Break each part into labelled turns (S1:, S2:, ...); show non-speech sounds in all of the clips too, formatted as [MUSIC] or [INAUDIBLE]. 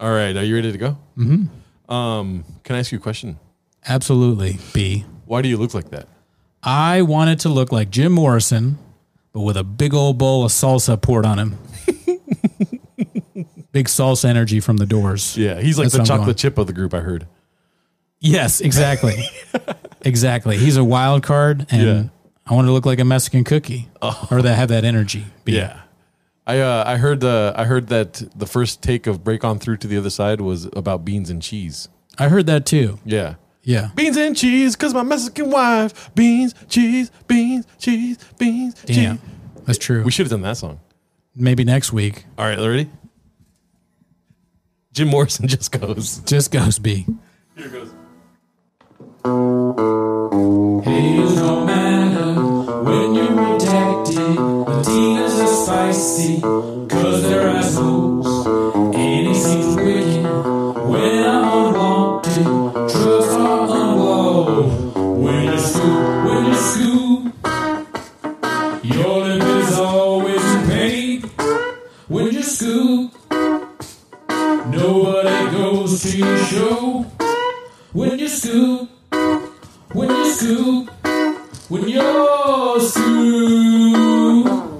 S1: All right. Are you ready to go? Mm-hmm. Um, can I ask you a question?
S2: Absolutely, B.
S1: Why do you look like that?
S2: I wanted to look like Jim Morrison, but with a big old bowl of salsa poured
S1: [LAUGHS]
S2: on him. big salsa energy from the doors.
S1: Yeah, he's like
S2: That's
S1: the
S2: what I'm
S1: chocolate
S2: going.
S1: chip of the group. I heard. [LAUGHS]
S2: Yes, exactly. exactly. He's a wild card, and
S1: Yeah. Oh.
S2: I wanted to look like a Mexican cookie or that have that energy. B.
S1: I uh, I heard uh, I heard that the first take of Break On Through to the Other Side was about beans and cheese.
S2: I heard that too.
S1: Yeah.
S2: Yeah.
S1: Beans and cheese, cause my Mexican wife. Beans, cheese, beans, cheese, beans,
S2: Damn.
S1: cheese.
S2: That's true.
S1: We should have done that song.
S2: Maybe next week.
S1: All right, ready? Jim Morrison [LAUGHS] just goes.
S2: Just goes B.
S1: Here goes.
S3: He's no matter when you're redacted. Latinas are spicy, cause they're assholes. And it seems wicked when I'm unwanted. Trusts are unwalled. When you scoop, when you scoop, your lip is always in pain. When you scoop, nobody goes to your show. When you scoop, when you scoop, when you scoop.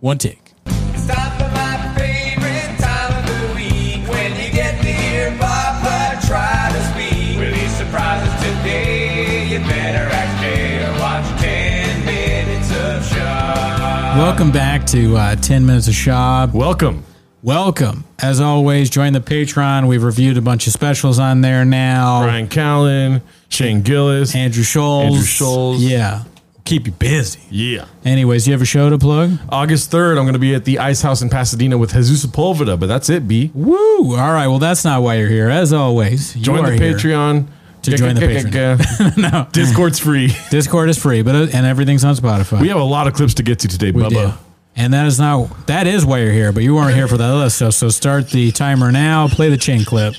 S2: One take.
S4: Stop at my favorite time of the week. When you get to hear Papa try to speak. With these surprises today, you better act fair. Watch 10 minutes of show.
S2: Welcome back to uh, 10 Minutes of Shab.
S1: Welcome.
S2: Welcome. As always, join the Patreon. We've reviewed a bunch of specials on there now.
S1: Brian Callen, Shane Gillis.
S2: Andrew Scholes.
S1: Andrew Scholes.
S2: Yeah. Keep you busy.
S1: yeah.
S2: Anyways, you have a show to plug?
S1: August 3rd, I'm going to be at the Ice House in Pasadena with Jesus Sepulveda, but that's it, B.
S2: Woo! All right. Well, that's not why you're here. As always, you
S1: Join
S2: are
S1: the
S2: here.
S1: Patreon.
S2: To join the [LAUGHS]
S1: Patreon.
S2: No,
S1: Discord's free.
S2: Discord is free, but uh, and everything's on Spotify.
S1: We have a lot of clips to get to today, Bubba.
S2: do. And that is not that is why you're here, but you weren't here for that other stuff. So start the timer now. Play the chain clip.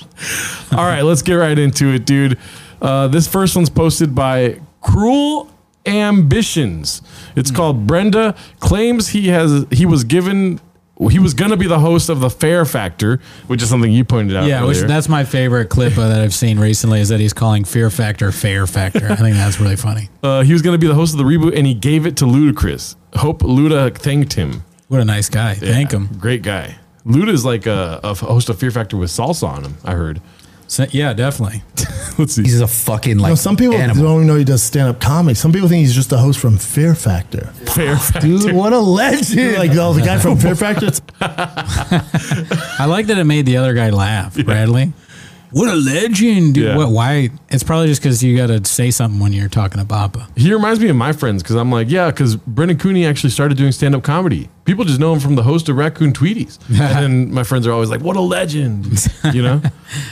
S1: All right, let's get right into it, dude. Uh, this first one's posted by Cruel Ambitions.
S2: Hmm.
S1: It's called Brenda claims he has he was given he was gonna be the host of the Fair Factor, which is something you pointed out.
S2: Yeah, which,
S1: earlier.
S2: that's my favorite clip uh, that I've seen recently. Is that he's calling Fear Factor Fair Factor. I think that's really funny.
S1: uh, he was gonna be the host of the reboot, and he gave it to Ludacris. Hope Luda thanked him.
S2: What a nice guy. Thank him.
S1: Great guy. Luda's like a, a host of Fear Factor with salsa on him. I heard. [LAUGHS]
S2: So, yeah, definitely.
S1: Let's see.
S5: He's a fucking like
S6: No, some people
S5: animal.
S6: don't even know he does stand up comedy. Some people think he's just a host from Fear Factor.
S1: Fair Factor.
S5: Dude, what a legend!
S6: Like, oh, the guy from Fear Factor? It's-
S2: I like that it made the other guy laugh. Bradley. What a legend, dude.
S1: Yeah.
S2: What? Why? It's probably just because you got to say something when you're talking to Papa.
S1: He reminds me of my friends because I'm like, yeah, because Brendan Cooney actually started doing stand up comedy. People just know him from the host of Raccoon
S2: [LAUGHS]
S1: Tweeties. and then my friends are always like, what a legend. You know?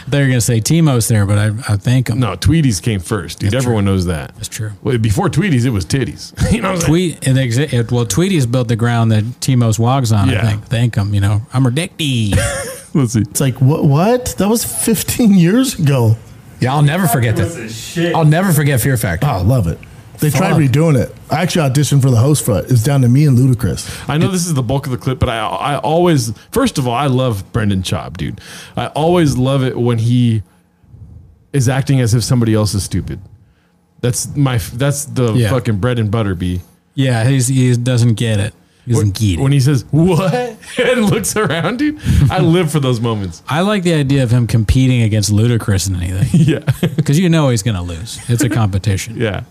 S2: They're gonna say Timos there, but I, I thank him.
S1: no, Tweeties came first, dude. Everyone knows that.
S2: That's true.
S1: Well, before Tweeties, it was titties. [LAUGHS] you know what I'm saying?
S2: Tweet it exi- it, well, Tweety's built the ground that Timos walks on.
S1: Yeah.
S2: I think. Thank him. You know, I'm ridiculous.
S1: Let's see.
S6: It's like, what? what? That was 15 years ago.
S5: yeah, I'll never forget that. I'll never forget Fear Factor.
S6: Oh, I love it. They tried
S5: Fuck.
S6: redoing it. I actually auditioned for the host for it. It's down to me and Ludacris.
S1: I know this is the bulk of the clip, but I I always first of all I love Brendan Chobb, dude. I always love it when he is acting as if somebody else is stupid. That's my f- that's the
S2: Yeah.
S1: fucking bread and butter be.
S2: yeah, he's, he doesn't get it. He doesn't get it.
S1: When he says what [LAUGHS] and looks around, dude, I live for those moments.
S2: I like the idea of him competing against Ludacris
S1: [LAUGHS]
S2: in anything
S1: Yeah,
S2: because you know he's gonna lose. It's a competition.
S1: yeah.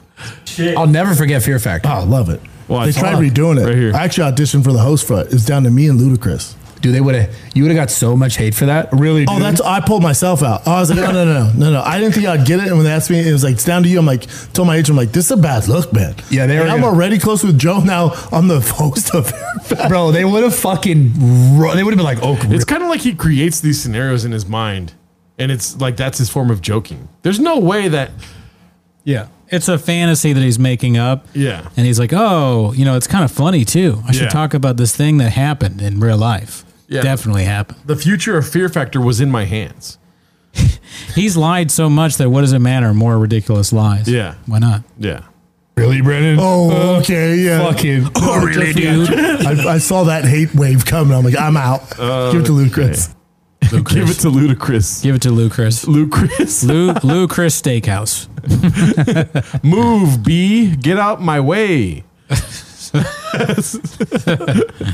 S5: I'll never forget Fear Factor.
S6: Oh, I love it.
S1: Well,
S6: they
S1: it's
S6: tried
S1: on.
S6: redoing it.
S1: Right here.
S6: I actually auditioned for the host for it. It's down to me and Ludacris.
S5: Dude, they would have. You would have got so much hate for that. Really?
S6: Oh,
S5: dude?
S6: that's I pulled myself out. Oh, I was like, no, no, no, no, no, no. I didn't think I'd get it. And when they asked me, it was like, it's down to you. I'm like, told my agent, I'm like, this is a bad look, man.
S5: Yeah, they
S6: And
S5: were
S6: I'm
S5: gonna-
S6: already close with Joe now. I'm the host of
S5: bro. They would have fucking. Ru- they would have been like, oh,
S1: It's kind of like he creates these scenarios in his mind, and it's like that's his form of joking. There's no way that
S2: Yeah. It's a fantasy that he's making up.
S1: Yeah.
S2: And he's like, oh, you know, it's kind of funny too. I should
S1: Yeah.
S2: talk about this thing that happened in real life.
S1: Yeah.
S2: Definitely happened.
S1: the future of Fear Factor was in my hands.
S2: He's lied so much that what does it matter? More ridiculous lies.
S1: Yeah.
S2: Why not?
S1: Yeah,
S5: really, Brendan?
S6: Oh, okay, yeah.
S5: fucking.
S6: [LAUGHS] Oh, really,
S2: dude?
S6: I, I saw that hate wave coming. I'm like, I'm out. Give it to Ludacris.
S1: Give it to Ludacris.
S2: Give it to Lucas.
S1: Ludacris.
S2: Lou Lucas Steakhouse.
S1: Move, B. Get out my way. [LAUGHS]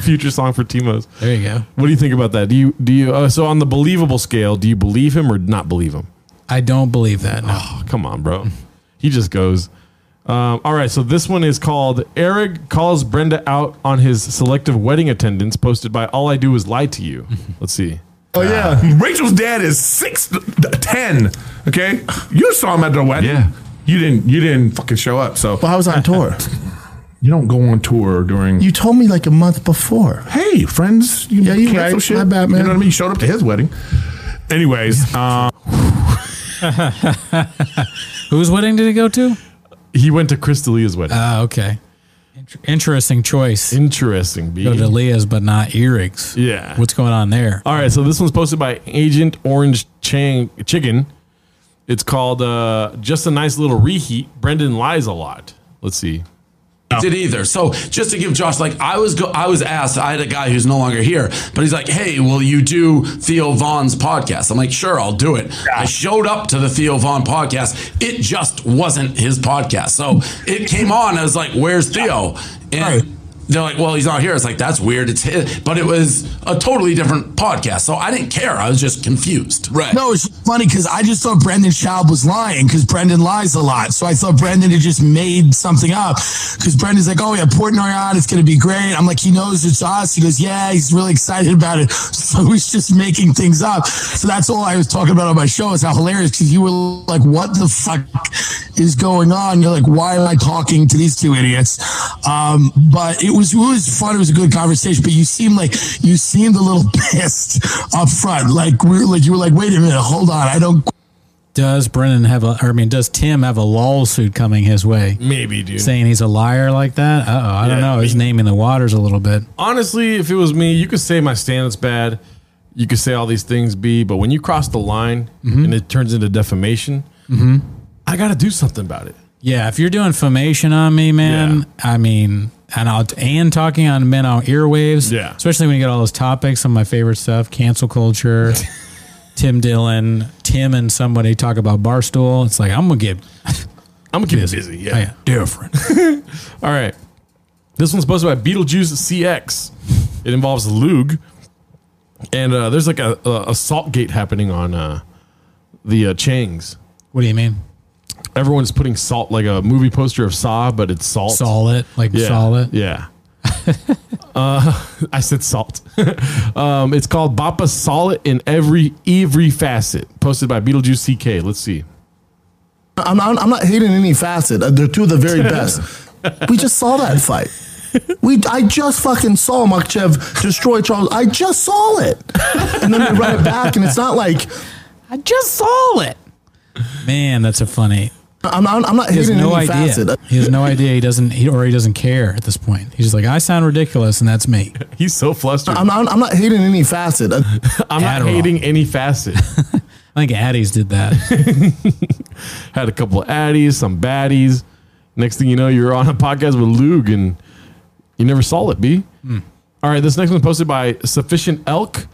S1: Future song for Timos.
S2: There you go.
S1: What do you think about that? Do you do you uh, so on the believable scale? Do you believe him or not believe him?
S2: I don't believe that. No.
S1: Oh, come on, [LAUGHS] bro. He just goes. Um, all right, so this one is called Eric calls Brenda out on his selective wedding attendance posted by All I Do Is Lie to [LAUGHS] You. Let's see.
S6: Oh yeah,
S7: Rachel's dad is six ten. Okay, you saw him at the wedding.
S1: Yeah.
S7: you didn't. You didn't fucking show up. So
S6: but I was on tour.
S7: you don't go on tour during.
S6: You told me like a month before.
S7: hey, friends. You
S6: Yeah, you
S7: cancel
S6: right. My bad, man.
S7: You know what I mean? You showed up to his wedding. Anyways, um,
S2: Whose wedding did he go to?
S1: He went to Chris D'Elia's wedding.
S2: Ah, okay. Inter- interesting choice.
S1: Interesting, B.
S2: Go to Leah's, but not Eric's.
S1: Yeah.
S2: What's going on there?
S1: All right, so this one's posted by Agent Orange Chang Chicken. It's called uh, "Just a Nice Little Reheat." Brendan lies a lot. Let's see.
S8: did either. So just to give Josh, like I was, go- I was asked. I had a guy who's no longer here, but he's like, "Hey, will you do Theo Vaughn's podcast?" I'm like, "Sure, I'll do it." I showed up to the Theo Vaughn podcast. It just wasn't his podcast, so it came on. I was like, "Where's Theo?" And they're like, "Well, he's not here." It's like that's weird. It's his, but it was a totally different podcast, so I didn't care. I was just confused. Right?
S9: No, it's funny because I just thought Brendan Schaub was lying because Brendan lies a lot. So I thought Brendan had just made something up because Brendan's like, oh, yeah, Portnoy on, it's going to be great. I'm like, he knows it's us. He goes, yeah, he's really excited about it. [LAUGHS] So he's just making things up. So that's all I was talking about on my show is how hilarious because you were like, what the fuck is going on? You're like, why am I talking to these two idiots? Um, but it was, it was fun. It was a good conversation, but you seem like you seemed a little [LAUGHS] pissed up front. Like, we we're like, you were like, wait a minute, hold on. I don't
S2: Does Brennan have a? Or I mean, does Tim have a lawsuit coming his way?
S1: Maybe, dude.
S2: Saying he's a liar like that? Uh oh, I don't know. He's naming the waters a little bit.
S1: Honestly, if it was me, you could say my standup's bad. You could say all these things, B. But when you cross the line and it turns into defamation, Mm-hmm. I got to do something about it.
S2: Yeah, if you're doing famation on me, man, I mean, and I'll, and talking on men on earwaves,
S1: Yeah.
S2: especially when you get all those topics, some of my favorite stuff, cancel culture,
S1: [LAUGHS]
S2: Tim Dillon, Tim and somebody talk about Barstool. It's like I'm gonna get
S1: I'm gonna keep busy. busy. Yeah.
S2: man, different.
S1: All right. This one's posted by Beetlejuice CX. It involves Lug, and uh, there's like a, a assault gate happening on uh, the uh, Changs.
S2: What do you mean?
S1: everyone's putting salt like a movie poster of Saw, but it's salt.
S2: Solid, like
S1: yeah.
S2: solid.
S1: Yeah. [LAUGHS] uh, [LAUGHS] I said salt. um, it's called Bappa Solid in every every facet. Posted by Beetlejuice CK. Let's see.
S6: I'm not, I'm not hating any facet. Uh, They're two of the very best. we just saw that fight. We, I just fucking saw Makhachev destroy Charles. I just saw it, and then we run it back, and it's not like
S2: I just saw it. Man, that's a funny.
S6: I'm not, I'm not
S2: He has
S6: hating
S2: no
S6: any
S2: idea.
S6: facet.
S2: He has no idea. He doesn't, he, or he doesn't care at this point. He's just like, I sound ridiculous, and that's me.
S1: He's so flustered.
S6: I'm
S1: I'm,
S6: not, I'm not hating any facet. Uh,
S1: not
S2: Adderall.
S1: hating any facet.
S2: I think Addie's did that.
S1: [LAUGHS] Had a couple of addies, some baddies. Next thing you know, you're on a podcast with Lug, and you never saw it, B.
S2: Hmm.
S1: All right, this next one's posted by Sufficient Elk.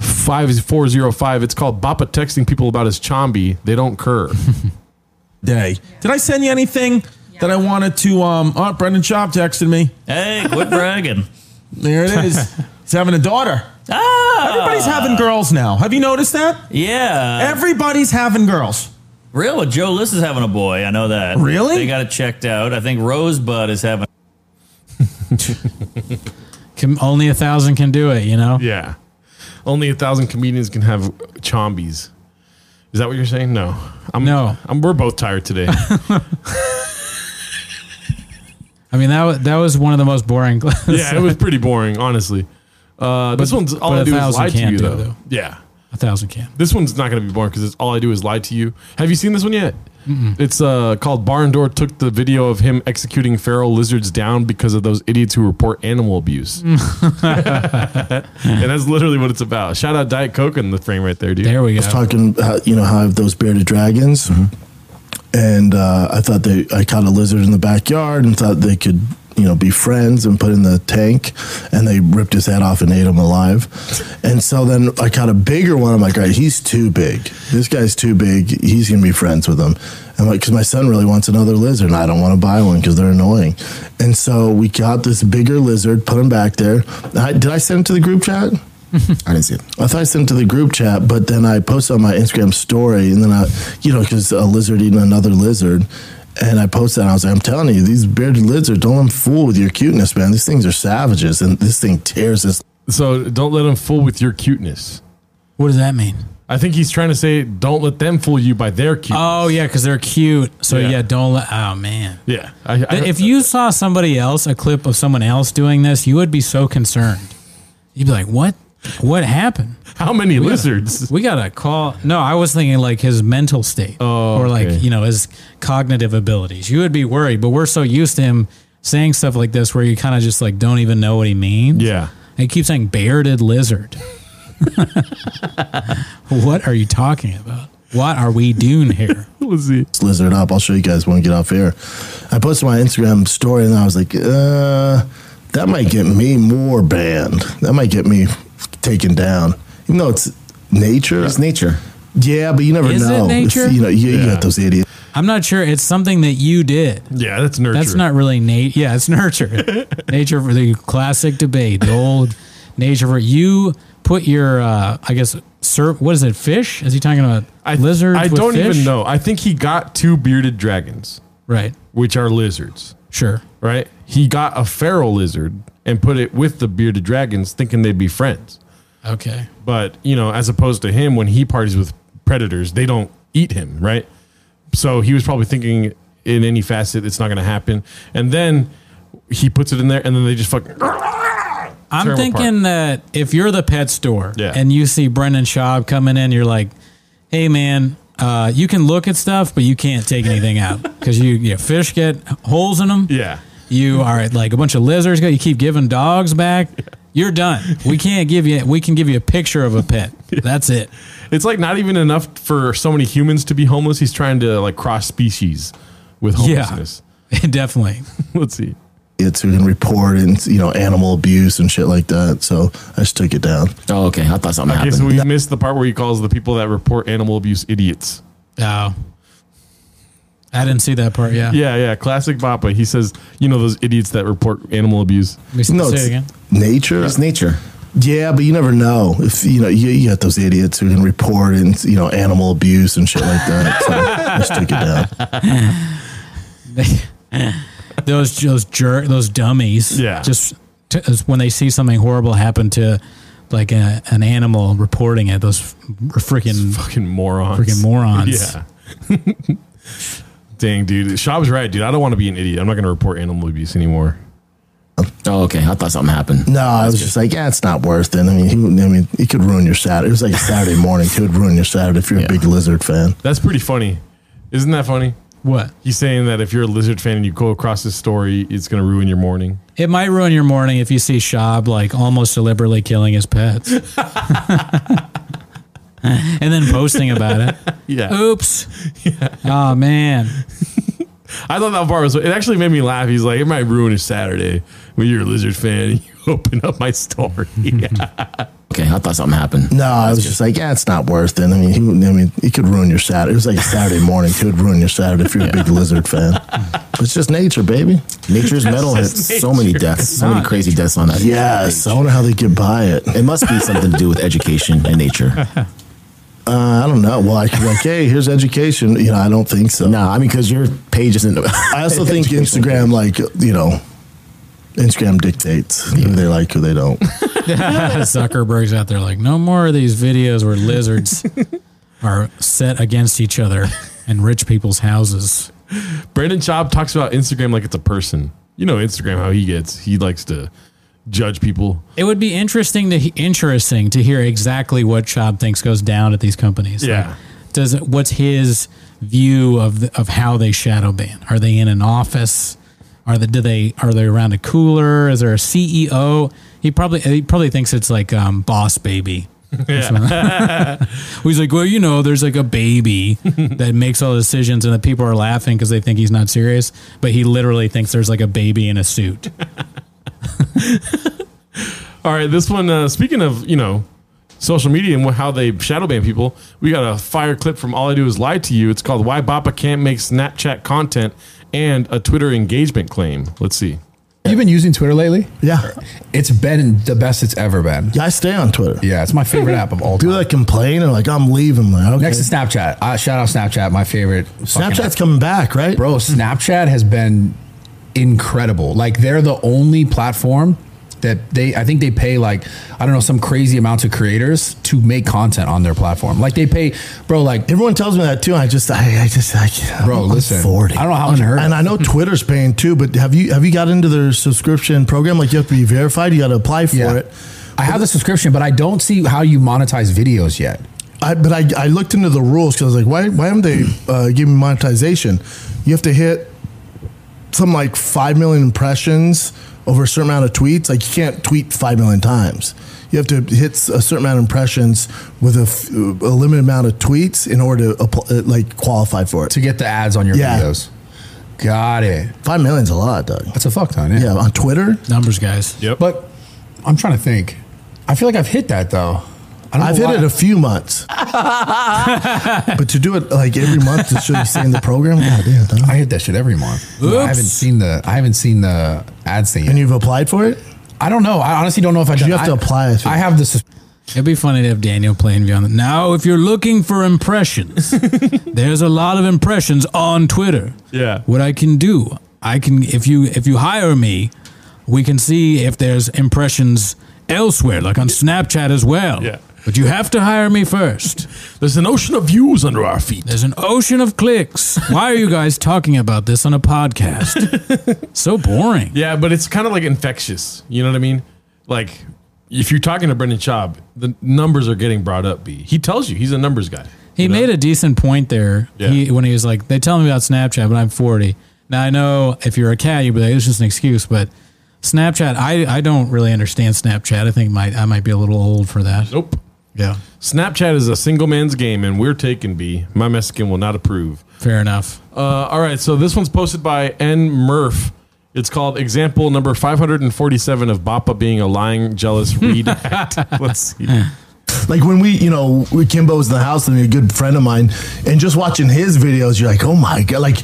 S1: 5405. It's called Bappa texting people about his chombi. They don't cur.
S2: [LAUGHS]
S10: day. Did I send you anything that I wanted to? Um, oh, Brendan Schaub texted me.
S11: Hey, quit bragging.
S1: [LAUGHS]
S10: There it
S5: [LAUGHS]
S10: is. He's having a daughter.
S11: Ah,
S10: Everybody's having girls now. Have you noticed that?
S11: yeah.
S10: Everybody's having girls.
S11: Real Joe List is having a boy. I know that.
S10: Really?
S11: They got it checked out. I think Rosebud is having.
S2: Can, only a thousand can do it, you know?
S1: Yeah. Only a thousand comedians can have chombies. Is that what you're saying? No. I'm
S2: No.
S1: I'm, we're both tired
S2: [LAUGHS]
S1: today.
S2: I mean, that was, that was one of the most boring.
S1: yeah, it was pretty boring, honestly. Uh, this one's all
S2: but
S1: I
S2: a
S1: do is
S2: thousand
S1: lie to
S2: can't
S1: you,
S2: do it,
S1: though.
S2: though.
S1: Yeah.
S2: [LAUGHS] a thousand can.
S1: This one's not going to be boring because it's all I do is lie to you. Have you seen this one yet? It's uh, called Barn Door took the video of him executing feral lizards down because of those idiots who report animal abuse. [LAUGHS] and that's literally what it's about. Shout out Diet Coke in the frame right there, dude.
S2: There we go.
S6: I was talking, how, you know, how I have those bearded dragons, and uh, I thought they, I caught a lizard in the backyard and thought they could you know be friends and put in the tank, and they ripped his head off and ate him alive. And so then I caught a bigger one. I'm like, all right, he's too big. This guy's too big. He's gonna be friends with him. And like, because my son really wants another lizard, and I don't want to buy one because they're annoying. And so we got this bigger lizard, put him back there. I, did I send it to the group chat? I didn't see it. I thought I sent it to the group chat, but then I posted on my Instagram story, and then I, you know, because a lizard eating another lizard, and I posted, and I was like, I'm telling you, these bearded lizards, don't let them fool with your cuteness, man. These things are savages, and this thing tears this.
S1: So don't let them fool with your cuteness.
S2: What does that mean?
S1: I think he's trying to say don't let them fool you by their cuteness.
S2: Oh yeah, because they're cute. So
S1: Yeah.
S2: yeah, don't let. Oh man.
S1: Yeah. I, I,
S2: if you saw somebody else, a clip of someone else doing this, you would be so concerned. You'd be like, "What? What happened?
S1: How many
S2: we
S1: lizards?"
S2: Gotta, we gotta call." No, I was thinking like his mental state, oh, or like
S1: okay.
S2: you know his cognitive abilities. You would be worried, but we're so used to him saying stuff like this, where you kind of just like don't even know what he
S1: [LAUGHS]
S2: means.
S1: Yeah,
S2: and he keeps saying bearded lizard. [LAUGHS] what are you talking about? What are we doing here?
S1: Let's see.
S6: Let's lizard up. I'll show you guys when we get off air. I posted my Instagram story, and I was like, uh, that might get me more banned. That might get me taken down. Even though it's nature. It's nature. Yeah, but you never
S2: Is it
S6: know. It's-
S2: nature?
S6: you know, you, you
S2: Yeah.
S6: got those idiots.
S2: I'm not sure. It's something that you did.
S1: Yeah, that's nurture.
S2: That's not really nature. Yeah, it's [LAUGHS] nurture. nature for the classic debate, the old nature for you put your, uh, I guess, sir, what is it? Fish? Is he talking about lizards?
S1: I
S2: with
S1: don't
S2: fish?
S1: even know. I think he got two bearded dragons,
S2: right?
S1: Which are lizards.
S2: Sure.
S1: Right. He got a feral lizard and put it with the bearded dragons, thinking they'd be friends.
S2: Okay.
S1: But you know, as opposed to him, when he parties with predators, they don't eat him, right? So he was probably thinking in any facet, it's not going to happen. And then he puts it in there, and then they just fucking.
S2: I'm
S1: Tear 'em apart.
S2: thinking that if you're the pet store
S1: Yeah.
S2: and you see Brendan Schaub coming in, you're like, hey, man, uh, you can look at stuff, but you can't take anything out because you, you know, fish get holes in them.
S1: Yeah.
S2: You are like a bunch of lizards. You keep giving dogs back. You're done. We can't give you, we can give you a picture of a pet. That's it. [LAUGHS]
S1: It's like not even enough for so many humans to be homeless. He's trying to like cross species with
S2: Yeah.
S1: homelessness. [LAUGHS]
S2: Definitely.
S1: Let's see.
S6: It's who can report and you know animal abuse and shit like that. So I just took it down.
S12: Oh, okay. I thought something
S1: Okay, so we missed the part where he calls the people that report animal abuse idiots.
S2: Oh. I didn't see that part. Yeah.
S1: Yeah, yeah. Classic Bappa. He says, you know, those idiots that report animal abuse.
S6: No, it's Nature. It's nature. Yeah, but you never know if you know you, you got those idiots who can report and you know animal abuse and shit like that. So I just took it [LAUGHS] down.
S2: [LAUGHS] those those jerk those dummies.
S1: Yeah.
S2: Just t- as when they see something horrible happen to like a, an animal reporting it, those f- freaking
S1: fucking morons.
S2: Freaking morons.
S1: Yeah. [LAUGHS] Dang, dude. Shab's right, dude. I don't want to be an idiot. I'm not going to report animal abuse anymore.
S12: Oh, okay. I thought something happened.
S6: No, I was just like, yeah, it's not worth it. I mean, he, would- I mean, it could ruin your Saturday. It was like a Saturday morning. It would ruin your Saturday if you're a big lizard fan.
S1: That's pretty funny. Isn't that funny?
S2: What?
S1: He's saying that if you're a lizard fan and you go across this story, it's going to ruin your morning.
S2: It might ruin your morning if you see Shab like almost deliberately killing his [LAUGHS] pets. and then posting about it.
S1: Yeah.
S2: [LAUGHS] Oops. Oh [LAUGHS] man.
S1: I thought that part was, it actually made me laugh. He's like, it might ruin your Saturday when you're a lizard fan and [LAUGHS] you open up my story. [LAUGHS]
S12: Okay, I thought something happened.
S6: No, I was just like, yeah, it's not worth it. I mean, he, would- I mean, it could ruin your Saturday. It was like a Saturday morning. It would ruin your Saturday if you're a big lizard fan. It's just nature, baby.
S12: Nature's metal had so many deaths, so many crazy deaths on that.
S6: Yes, I wonder how they get by it.
S12: It must be something to do with education and nature.
S6: Uh, I don't know. Well, I could be like, hey, here's education. You know, I don't think so. No,
S12: I mean, because your page isn't. [LAUGHS]
S6: I also think Instagram, like, you know, Instagram dictates who they like, who
S12: [LAUGHS]
S6: they don't.
S2: Zuckerberg's out there like, no more of these videos where [LAUGHS] lizards are set against each other in rich people's houses.
S1: Brandon Chobb talks about Instagram like it's a person. You know Instagram how he gets. He likes to judge people.
S2: It would be interesting to interesting to hear exactly what Chob thinks goes down at these companies.
S1: Yeah.
S2: Like, does it, what's his view of the, of how they shadow ban? Are they in an office? Are they do they are they around E a cooler? Is there a CEO? He probably he probably thinks it's like um, boss baby. Yeah. he's like, well, you know, there's like a baby that makes all the decisions, and the people are laughing because they think he's not serious, but he literally thinks there's like a baby in a suit.
S1: All right, this one. Uh, speaking of you know, social media and wh- how they shadow ban people, we got a fire clip from All I Do Is Lie to You. It's called "Why Bappa Can't Make Snapchat Content" and a Twitter engagement claim. Let's see.
S5: You've been using Twitter lately?
S6: Yeah.
S5: It's been the best it's ever been.
S6: Yeah, I stay on Twitter.
S5: Yeah, it's my
S10: [LAUGHS]
S5: favorite app of all time.
S6: People that complain are like, I'm leaving. Like, okay.
S5: Next to Snapchat. Uh, shout out Snapchat, my favorite.
S6: Snapchat's coming back, right?
S5: Bro, Snapchat has been incredible. Like they're the only platform that they I think they pay like I don't know some crazy amount to creators to make content on their platform. Like they pay bro like
S6: Everyone tells me that too. and I just, I, I just, I can't.
S5: Bro,
S6: I'm
S5: listen,
S6: 40.
S5: I don't know how unheard
S6: And I
S5: [LAUGHS]
S6: know Twitter's paying too, but have you have you got into their subscription program? Like you have to be verified. You got to apply for it.
S5: I have the subscription but I don't see how you monetize videos yet.
S6: I, but I, I looked into the rules because I was like, why why haven't they uh, giving me monetization? You have to hit some like five million impressions over a certain amount of tweets. Like you can't tweet five million times. You have to hit s- a certain amount of impressions with a, f- a limited amount of tweets in order to appl- uh, like qualify for it
S5: to get the ads on your
S6: Yeah.
S5: videos. Got it.
S6: Five million's a lot, Doug.
S5: That's a fuck ton. Yeah.
S6: Yeah, on Twitter,
S2: Numbers, guys.
S1: Yep.
S5: But I'm trying to think. I feel like I've hit that though. I
S6: I've hit
S5: why.
S6: it a few months, but to do it like every month to show you stay in the program, God damn, Doug.
S5: I hit that shit every month. No, I haven't seen the I haven't seen the ads thing
S6: and
S5: yet.
S6: you've applied for it.
S5: I don't know. I honestly don't know if I
S6: You have to
S5: I-
S6: apply. I think.
S5: I have this.
S2: It'd be funny to have Daniel playing view on it. Now, if you're looking for impressions, there's a lot of impressions on Twitter.
S1: Yeah.
S2: What I can do, I can if you if you hire me, we can see if there's impressions elsewhere, like on Snapchat as well.
S1: Yeah.
S2: But you have to hire me first.
S1: There's an ocean of views under our feet.
S2: There's an ocean of clicks. Why are you guys talking about this on a
S1: [LAUGHS]
S2: podcast? so boring.
S1: Yeah, but it's kind of like infectious. You know what I mean? Like if you're talking to Brendan Schaub, the numbers are getting brought up. B. He tells you he's a numbers guy.
S2: He made a decent point there.
S1: Yeah.
S2: He, when he was like, they tell me about Snapchat, but I'm 40. Now I know if you're a cat, you'd be like, it's just an excuse. But Snapchat, I, I don't really understand Snapchat. I think my I might be a little old for that.
S1: Nope.
S2: Yeah,
S1: Snapchat is a single man's game, and we're taking B. My Mexican will not approve.
S2: fair enough.
S1: Uh, all right, so this one's posted by N. Murph. It's called example number 547 of Bappa being a lying,
S2: [LAUGHS]
S1: jealous reed. act. Let's see.
S6: Like when we, you know, we Kimbo was in the house and a good friend of mine, and just watching his videos, you're like, oh my god! Like,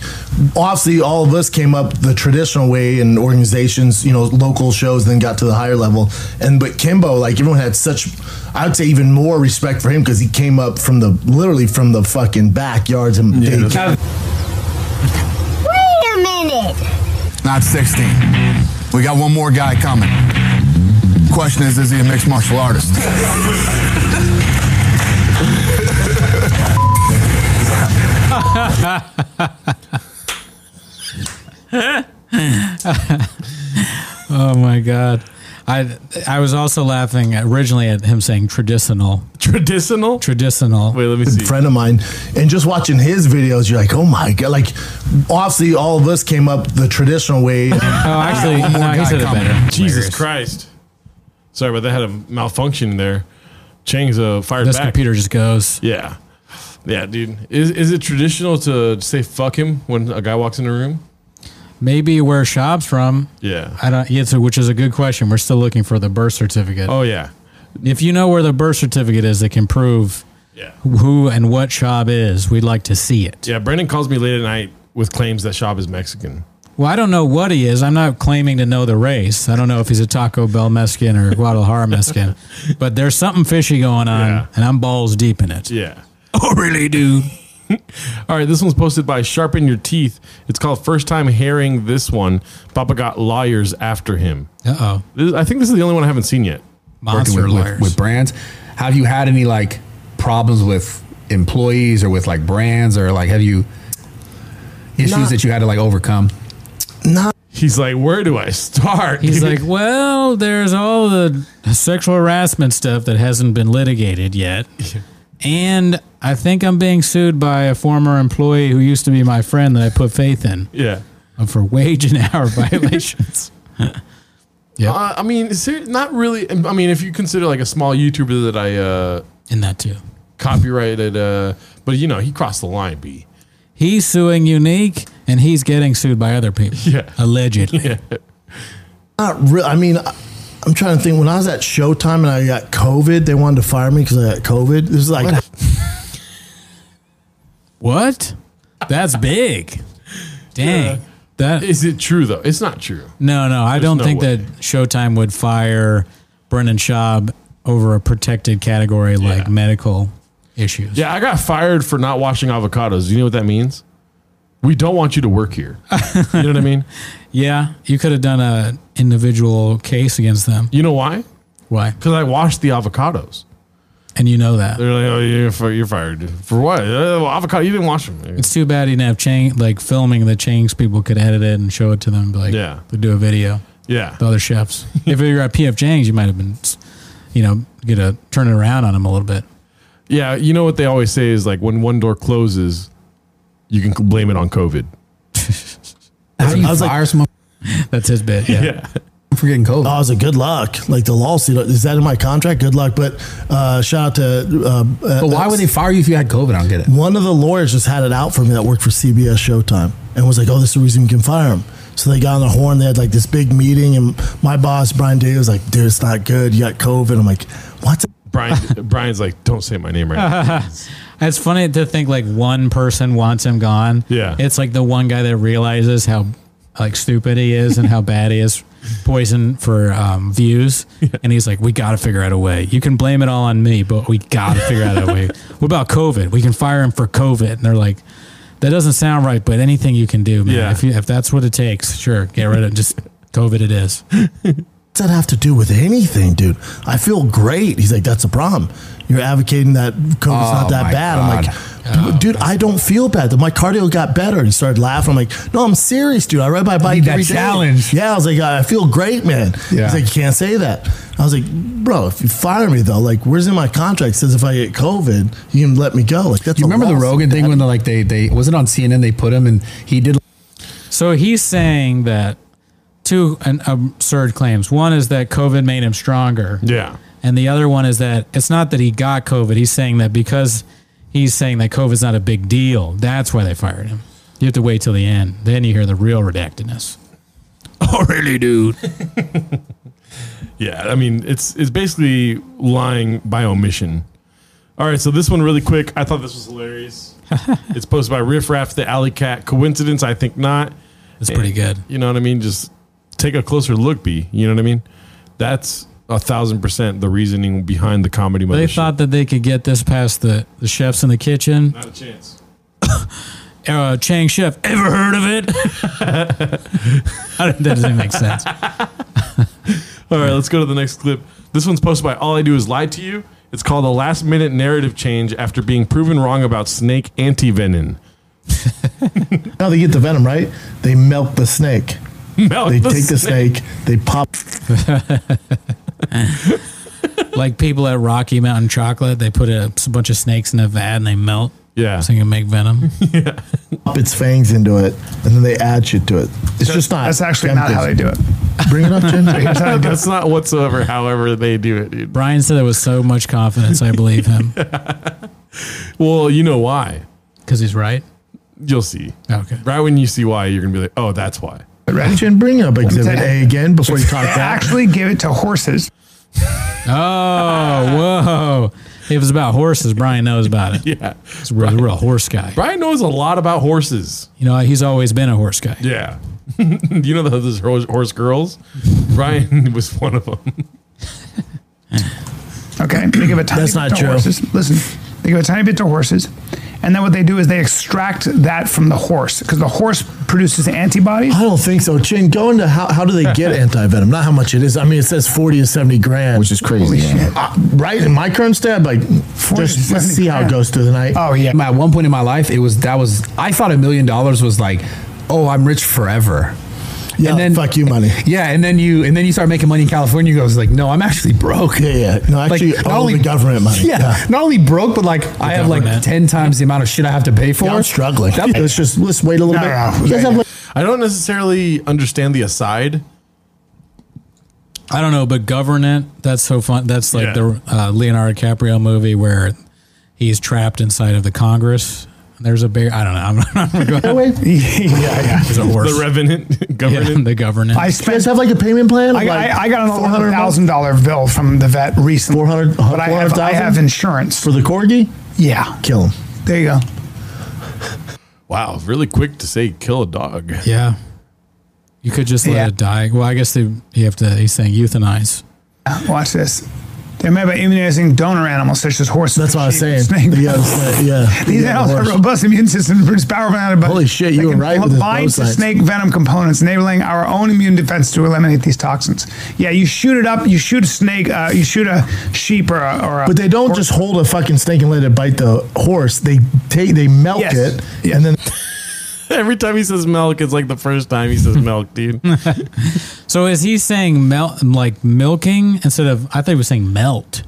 S6: obviously, all of us came up the traditional way and organizations, you know, local shows, then got to the higher level. And but Kimbo, like everyone had such, I would say, even more respect for him because he came up from the literally from the fucking backyards and they-
S13: Wait a minute.
S14: Not 16. We got one more guy coming. Question is, is he a mixed martial artist?
S2: Oh my god. I I was also laughing originally at him saying traditional.
S1: Traditional?
S2: Traditional.
S1: Wait, let me see.
S6: friend of mine, and just watching his videos, you're like, oh my god! Like, obviously, all of us came up the traditional way. [LAUGHS]
S2: Oh, actually,
S14: One more
S2: no, he
S14: guy
S2: said it
S14: coming.
S2: better.
S1: Jesus
S2: Hilarious.
S1: Christ. Sorry, but that had a malfunction there. Chang's uh, fired
S2: This
S1: back.
S2: computer just goes.
S1: Yeah. Yeah, dude. Is, is it traditional to say fuck him when a guy walks in the room?
S2: Maybe where Shop's from.
S1: Yeah.
S2: I don't. Yeah, so, which is a good question. We're still looking for the birth certificate.
S1: Oh, yeah.
S2: If you know where the birth certificate is, that can prove
S1: Yeah.
S2: who and what Shab is. We'd like to see it.
S1: Yeah, Brendan calls me late at night with claims that Shab is Mexican.
S2: Well, I don't know what he is. I'm not claiming to know the race. I don't know if he's a Taco Bell Mexican or Guadalajara Mexican, but there's something fishy going on,
S1: Yeah.
S2: and I'm balls deep in it.
S1: Yeah.
S2: [LAUGHS] Oh, really, dude?
S1: [LAUGHS] All right, this one's posted by Sharpen Your Teeth. It's called First Time Hearing This One. Papa got lawyers after him.
S2: Uh oh.
S1: This, I think this is the only one I haven't seen yet.
S5: working
S2: Monster
S5: with,
S2: lawyers.
S5: with, with brands. Have you had any like problems with employees or with like brands or like have you issues
S6: Not-
S5: that you had to like overcome?
S6: Not
S1: He's like, where do I start? [LAUGHS]
S2: He's
S1: dude?"
S2: like, well, there's all the sexual harassment stuff that hasn't been litigated yet. And I think I'm being sued by a former employee who used to be my friend that I put faith in
S1: yeah.
S2: uh, for wage and hour [LAUGHS] violations.
S1: Uh, I mean, ser- not really. I mean, if you consider like a small YouTuber that I uh,
S2: in that too.
S1: Copyrighted, uh, but you know he crossed the line. B.
S2: He's suing Unique, and he's getting sued by other people.
S1: Yeah,
S2: allegedly.
S6: Not real. I mean, I- I'm trying to think. When I was at Showtime and I got COVID, they wanted to fire me because I got COVID. It was like,
S2: what? That's big. Dang. That
S1: is it true though? It's not true.
S2: No, no, I
S1: There's
S2: don't
S1: no
S2: think
S1: way.
S2: that Showtime would fire Brendan Schaub over a protected category like medical issues.
S1: Yeah, I got fired for not washing avocados. You know what that means? We don't want you to work here. you know what I mean?
S2: Yeah, you could have done a individual case against them.
S1: You know why?
S2: Why?
S1: Because I washed the avocados.
S2: And you know that.
S1: They're like, oh, you're, fi- you're fired. For what? Uh, well, avocado, you didn't wash them.
S2: It's too bad he didn't have Chang like filming the Changs people could edit it and show it to them. and be Like,
S1: Yeah.
S2: they do a video.
S1: Yeah.
S2: the
S1: [LAUGHS]
S2: other chefs. if you're at PF Chang's, you might have been, you know, get a turn it around on them a little bit.
S1: Yeah, you know what they always say is like when one door closes, you can c- blame it on COVID.
S6: How do you I was like- fire
S2: someone? That's his bit. Yeah.
S6: I'm forgetting COVID. oh,
S5: Uh,
S6: I was like, good luck. Like the lawsuit is that in my contract? Good luck. But uh, shout out to. Uh, but
S5: why would they
S6: fire you if you had COVID? I don't get it. One of the lawyers just had it out for me that worked for CBS Showtime and was like, "Oh, this is the reason we can fire him." So they got on the horn. They had like this big meeting, and my boss Brian Day was like, "Dude, it's not good. You got COVID." I'm like, "What?"
S1: Brian, Brian's like, don't say my name right now.
S2: it's funny to think like one person wants him gone.
S1: Yeah.
S2: It's like the one guy that realizes how like stupid he is and how bad he is poison for um, views. And he's like, we got to figure out a way. You can blame it all on me, but we got to figure out a way. [LAUGHS] What about COVID? We can fire him for COVID. And they're like, that doesn't sound right, but anything you can do, man.
S6: Yeah.
S2: If, you, if that's what it takes, sure, get rid of just [LAUGHS] COVID it is.
S6: What's that have to do with anything, dude? I feel great. He's like, that's a problem. You're advocating that COVID's
S5: Oh,
S6: not that
S5: my
S6: bad. I'm like, dude, I don't feel bad. My cardio got better. And he started laughing. I'm like, no, I'm serious, dude. I ride my bike
S5: need that
S6: every day."
S5: challenge.
S6: Yeah, I was like, I feel great, man.
S5: Yeah.
S6: He's like, you can't say that. I was like, bro, if you fire me though, like, where's in my contract says if I get COVID, you can let me go. Like, that's
S5: You remember the
S6: lawsuit,
S5: Rogan thing
S6: Dad.
S5: when they like they they was it on CNN? They put him and he did.
S2: So he's saying that two an absurd claims. One is that COVID made him stronger.
S1: Yeah.
S2: And the other one is that it's not that he got COVID. He's saying that because he's saying that COVID's not a big deal, that's why they fired him. You have to wait till the end. Then you hear the real redactedness.
S1: [LAUGHS] Oh, really, dude? yeah, I mean, it's it's basically lying by omission. All right, so this one really quick. I thought this was
S2: [LAUGHS]
S1: hilarious. it's posted by Riff Raff the Alley Cat. Coincidence? I think not.
S2: It's pretty good.
S1: You know what I mean? Just take a closer look, B. You know what I mean? That's a thousand percent the reasoning behind the comedy.
S2: they
S1: mothership.
S2: thought that they could get this past the, the chefs in the kitchen.
S1: Not a chance.
S2: Uh, Chang Chef, ever heard of it? [LAUGHS] I don't- that doesn't make sense.
S1: All right, let's go to the next clip. This one's posted by All I Do Is Lie to You. It's called a last minute narrative change after being proven wrong about snake antivenin. [LAUGHS]
S6: No, they get the venom, right? They melt the snake.
S5: Oh,
S1: Melt
S6: they
S1: the
S6: take the snake, they pop.
S2: like people at Rocky Mountain Chocolate, they put a, s- bunch of snakes in a vat and they melt.
S1: Yeah.
S2: So you can make venom.
S6: pop its fangs into it, and then they add shit to it. It's just not.
S13: that's actually not how they do it.
S6: Bring it up,
S13: [LAUGHS]
S6: Jim.
S1: That's not whatsoever, however, they do it, dude.
S2: Brian said there was so much confidence. I believe him
S1: Well, you know why.
S2: because he's right.
S1: You'll see.
S2: Okay.
S1: Right when you see why, you're going to be like, oh, that's why.
S6: Jim, bring up Exhibit A again before you talk back.
S13: Actually, give it to horses.
S2: Oh, whoa. If it's about horses, Brian knows about it.
S1: yeah.
S2: He's a real, he's a real horse guy.
S1: Brian knows a lot about horses.
S2: You know, he's always been a horse guy.
S1: Yeah. [LAUGHS] you know those horse, horse girls? Brian [LAUGHS] was one of them.
S13: Okay, they give a tiny
S6: That's
S13: bit
S6: not
S13: to
S6: true.
S13: horses. Listen, they give a tiny bit to horses, and then what they do is they extract that from the horse because the horse produces antibodies.
S6: I don't think so, Chin. Go into how, how do they
S13: [LAUGHS]
S6: get anti venom? Not how much it is. I mean, it says forty to seventy grand, which
S12: is crazy.
S6: Uh, right in my current stab, like just let's see how it goes through the night.
S13: Oh yeah.
S5: At one point in my life, it was that was I thought a million dollars was like, oh, I'm rich forever.
S6: Yeah,
S5: and then
S6: fuck you, money.
S13: [LAUGHS]
S5: Yeah, and then you and then you start making money in California. You go, it's like, no, I'm actually broke.
S6: Yeah, yeah. No, actually,
S5: not
S6: all
S5: only-
S6: the government money.
S5: [LAUGHS] Yeah,
S6: Yeah.
S5: not only broke, but like I have like
S6: government.
S5: ten times the amount of shit I have to pay for.
S6: Yeah, I'm struggling.
S5: That-
S6: Let's just let's wait a little bit.
S13: No, no, no.
S6: You guys have like
S1: I don't necessarily understand the aside.
S2: I don't know, but Governant, that's so fun. That's like
S10: Yeah.
S2: the uh, Leonardo DiCaprio movie where he's trapped inside of the Congress. There's a bear. I don't know. I'm [LAUGHS] not, I'm not going to go
S13: yeah, yeah.
S2: There's a horse.
S1: The Revenant. [LAUGHS]
S2: Governant. the Governant.
S13: I
S6: You guys have like a payment plan?
S13: I, got
S6: Like
S13: I, I got an eleven
S6: 400
S13: thousand dollar bill from the vet recently. Four hundred, but I have I
S6: 400,000?
S13: have insurance
S6: for the corgi.
S13: Yeah,
S6: kill him.
S13: There you go.
S1: Wow, really quick to say kill a dog. [LAUGHS]
S2: Yeah. You could just let it die. Well, I guess they, you have to, he's saying euthanize.
S13: Watch this. They remember immunizing donor animals such as horses. That's what I was saying. Snake.
S6: Yeah, I was saying- yeah.
S13: [LAUGHS] These
S6: Yeah,
S13: animals have
S6: horse.
S13: robust immune systems and produce powerful antibodies.
S6: Holy shit, you
S13: that
S6: were
S13: can
S6: right with this
S13: bind
S6: both
S13: to
S6: sides.
S13: snake venom components, enabling our own immune defense to eliminate these toxins. Yeah, you shoot it up. You shoot a snake. Uh, you shoot a sheep or a. Or a
S6: But they don't just hold a fucking snake and let it bite the horse. They take, they melt
S13: Yes.
S6: it, and then
S1: Every time he says milk, it's like the first time he says milk, dude.
S2: So is he saying mel- like milking instead of, I thought he was saying melt.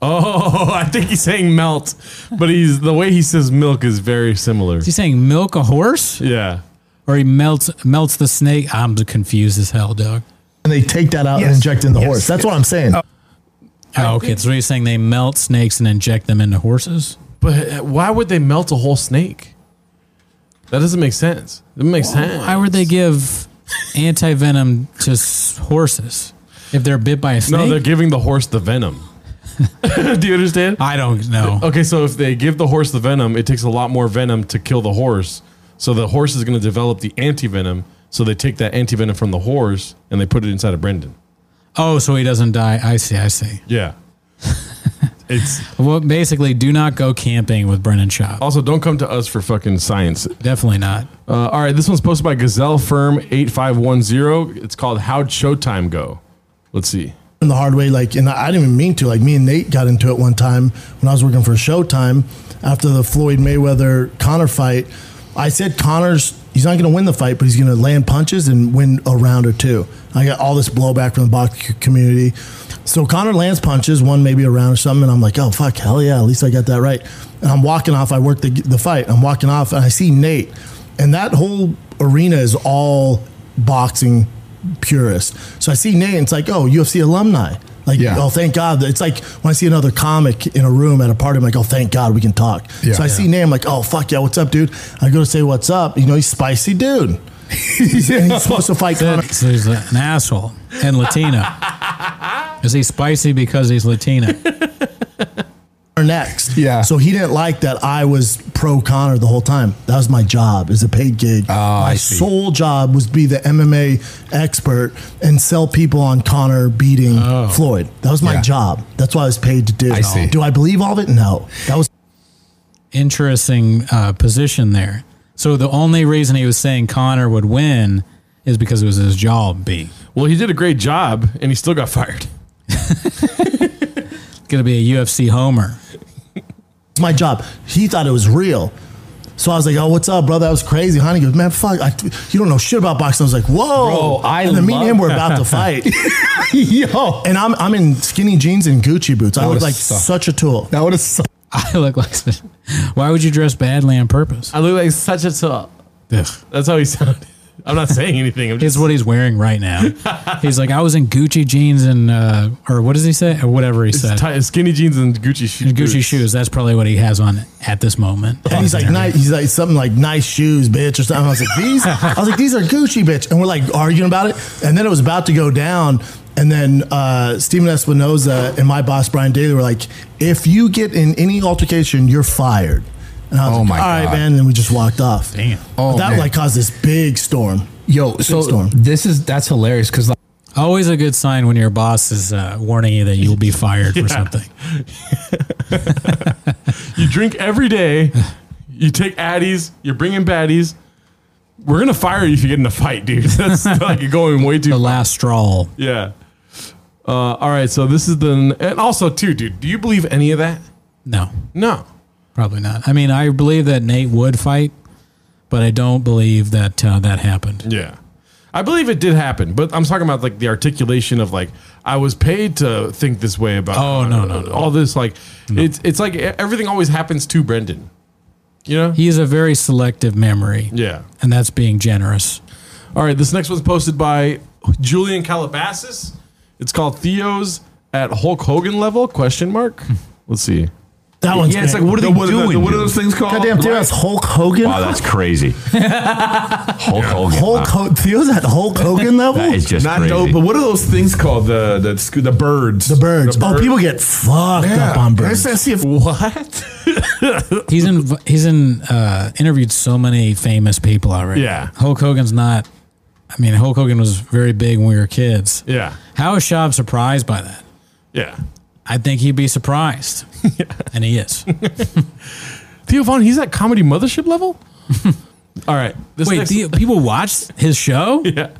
S1: Oh, [LAUGHS] I think he's saying melt, but he's the way he says milk is very similar.
S2: Is he saying milk a horse?
S1: Yeah.
S2: Or he melts melts the snake? I'm confused as hell, dog.
S6: and they take that out and inject it in the horse. That's what I'm saying.
S2: Oh, okay. So you're saying they melt snakes and inject them into horses?
S1: But uh, why would they melt a whole snake? That doesn't make sense. It makes sense.
S2: Why would they give anti venom to s- horses if they're bit by a snake?
S1: No, they're giving the horse the venom. [LAUGHS] Do you understand?
S2: I don't know.
S1: Okay, so if they give the horse the venom, it takes a lot more venom to kill the horse. So the horse is going to develop the anti venom. So they take that anti venom from the horse and they put it inside of Brendan.
S2: Oh, so he doesn't die. I see. I see. [LAUGHS]
S1: Yeah. it's
S2: well, basically, do not go camping with Brennan Shop.
S1: Also, don't come to us for fucking science.
S2: Definitely not.
S1: Uh, all right, this one's posted by Gazelle Firm 8510. It's called How'd Showtime Go? Let's see.
S6: in the hard way. Like, and I didn't even mean to. Like, me and Nate got into it one time when I was working for Showtime after the Floyd Mayweather Connor fight. I said Connor's he's not going to win the fight, but he's going to land punches and win a round or two. I got all this blowback from the boxing community. So Connor lands punches, one maybe a round or something, and I'm like, oh fuck, hell yeah, at least I got that right. And I'm walking off. I worked the, the fight. I'm walking off, and I see Nate, and that whole arena is all boxing purists. So I see Nate, and it's like, oh, UFC alumni. Like, oh, thank God. It's like when I see another comic in a room at a party, I'm like, oh, thank God we can talk.
S14: Yeah.
S6: so I see Nate, I'm like, oh, fuck yeah, what's up, dude? I go to say, what's up? You know, he's spicy dude. [LAUGHS] he's, and he's supposed to fight Conor.
S2: So he's an asshole and Latino.
S1: [LAUGHS]
S2: Is he spicy because he's Latino?
S6: Connor next. Yeah. So he didn't like that I was pro Connor the whole time. That was my job as a paid gig. my sole job was be the MMA expert and sell people on Connor beating Floyd. That was my
S2: Yeah.
S6: job. That's what I was paid to do.
S2: I see.
S6: Do I believe all of it? No. That was
S2: Interesting uh, position there. So the only reason he was saying Connor would win is because it was his job. B.
S1: Well, he did a great job and he still got [LAUGHS] fired.
S2: Going to be a UFC homer.
S6: It's my job. He thought it was real. So I was like, oh, what's up, brother? That was crazy. Honey goes, man, fuck, I, you don't know shit about boxing. I was like, whoa.
S14: Bro, I
S6: and then me and
S14: love-
S6: him were about to fight. Yo. And I'm, I'm in skinny jeans and Gucci boots. I
S2: That
S6: look
S2: would've
S6: like
S2: sucked.
S6: such a tool. That would have sucked.
S2: [LAUGHS] I look like. Why would you dress badly on purpose?
S1: I look like such a top. That's how he sounded. [LAUGHS] I'm not saying anything. I'm
S2: It's
S1: just,
S2: what he's wearing right now. He's like, I was in Gucci jeans and uh, or what does he say? Or whatever he said.
S1: tight, skinny jeans and Gucci shoes.
S2: Gucci shoes. That's probably what he has on at this moment.
S6: And he's like, nice, he's like something like nice shoes, bitch, or something. I was like, these, I was like, these are Gucci, bitch, and we're like arguing about it. And then it was about to go down, and then uh, Stephen Espinoza and my boss Brian Daly were like, if you get in any altercation, you're fired. And I was like, all right,
S14: God.
S6: man. And then we just walked off.
S2: Damn.
S6: Oh,
S14: Oh,
S6: that
S14: man.
S6: like caused this big storm.
S14: Yo,
S6: Big
S14: so
S6: storm.
S14: this is that's hilarious because like,
S2: Always a good sign when your boss is uh, warning you that you'll be fired for something.
S1: You drink every day. You take addies. You're bringing baddies. We're going to fire you if you get in a fight, dude. [LAUGHS] That's like you're going way too [LAUGHS]
S2: The last straw.
S1: Yeah. Uh, all right. So this is the and also too, dude. Do you believe any of that?
S2: No,
S1: No.
S2: probably not. I mean, I believe that Nate would fight, but I don't believe that uh, that happened.
S1: Yeah. I believe it did happen, but I'm talking about like the articulation of like I was paid to think this way about.
S2: Oh, no, no, no.
S1: All this like it's it's like e, everything always happens to Brendan. You know?
S2: He has a very selective memory,
S1: Yeah.
S2: and that's being generous.
S1: All right. This next one's posted by Julian Calabasas. It's called Theo's at Hulk Hogan level? Question mark. [LAUGHS] Let's see.
S7: That
S1: one's
S7: one's Yeah, it's great. like, what are they doing,
S1: what are
S7: dude?
S1: those things called?
S7: Goddamn, Theo has
S6: Hulk Hogan.
S15: Wow, that's crazy. Hulk Hogan.
S6: Hulk
S15: huh?
S6: Hogan. Theo's at
S7: [LAUGHS]
S6: Hulk Hogan level.
S15: That is just
S7: not
S15: crazy.
S7: dope. But what are those things called? The the sc- the birds. The
S6: birds. Oh, people get fucked
S7: Yeah.
S6: up on birds.
S7: Let's
S6: see if
S1: what
S2: he's in. He's in. Uh, interviewed so many famous people already.
S1: Yeah.
S2: Hulk Hogan's not. I mean, Hulk Hogan was very big when we were kids.
S1: Yeah.
S2: How is Shab surprised by that?
S1: Yeah.
S2: I think he'd be
S1: [LAUGHS]
S2: surprised, and he is.
S1: Theo Vaughn, he's at comedy mothership level. [LAUGHS] All right.
S2: Wait, Theo- people watch his show?
S1: [LAUGHS] Yeah.